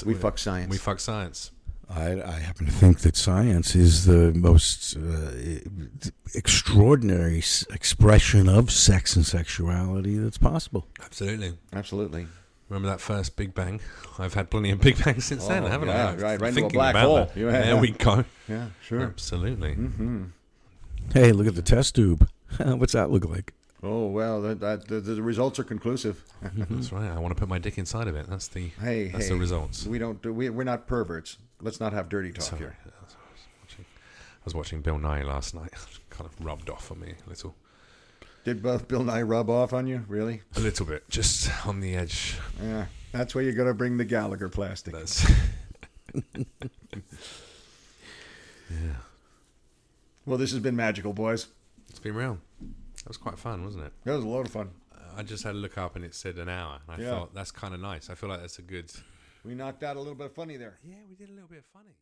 fuckers. We fuck science.
We fuck science.
I, I happen to think that science is the most uh, extraordinary s- expression of sex and sexuality that's possible.
Absolutely.
Absolutely.
Remember that first Big Bang? I've had plenty of Big Bangs since then,
Oh,
haven't
yeah,
I?
right, right into a
Thinking
black
about
hole. Mm-hmm.
that.
You had-
There we go.
Yeah, sure.
Absolutely.
Hey, look at the test tube. What's that look like?
Oh, well, that, that, the, the results are conclusive.
That's right. I want to put my dick inside of it. That's the
Hey,
that's
hey.
the results.
We don't do, we, we're not perverts. Let's not have dirty talk
Sorry.
here.
I was watching- I was watching Bill Nye last night. kind of rubbed off on me a little.
Did both Bill Nye rub off on you? Really?
A little bit. Just on the edge.
Yeah. That's where you're going to bring the Gallagher plastic.
That's
Well, this has been magical, boys.
it's been real. That was quite fun, wasn't it?
That was a lot of fun.
I just had a look up and it said an hour. And I
Yeah.
thought that's kind of nice. I feel like that's a good.
We knocked out a little bit of funny there.
Yeah, we did a little bit of funny.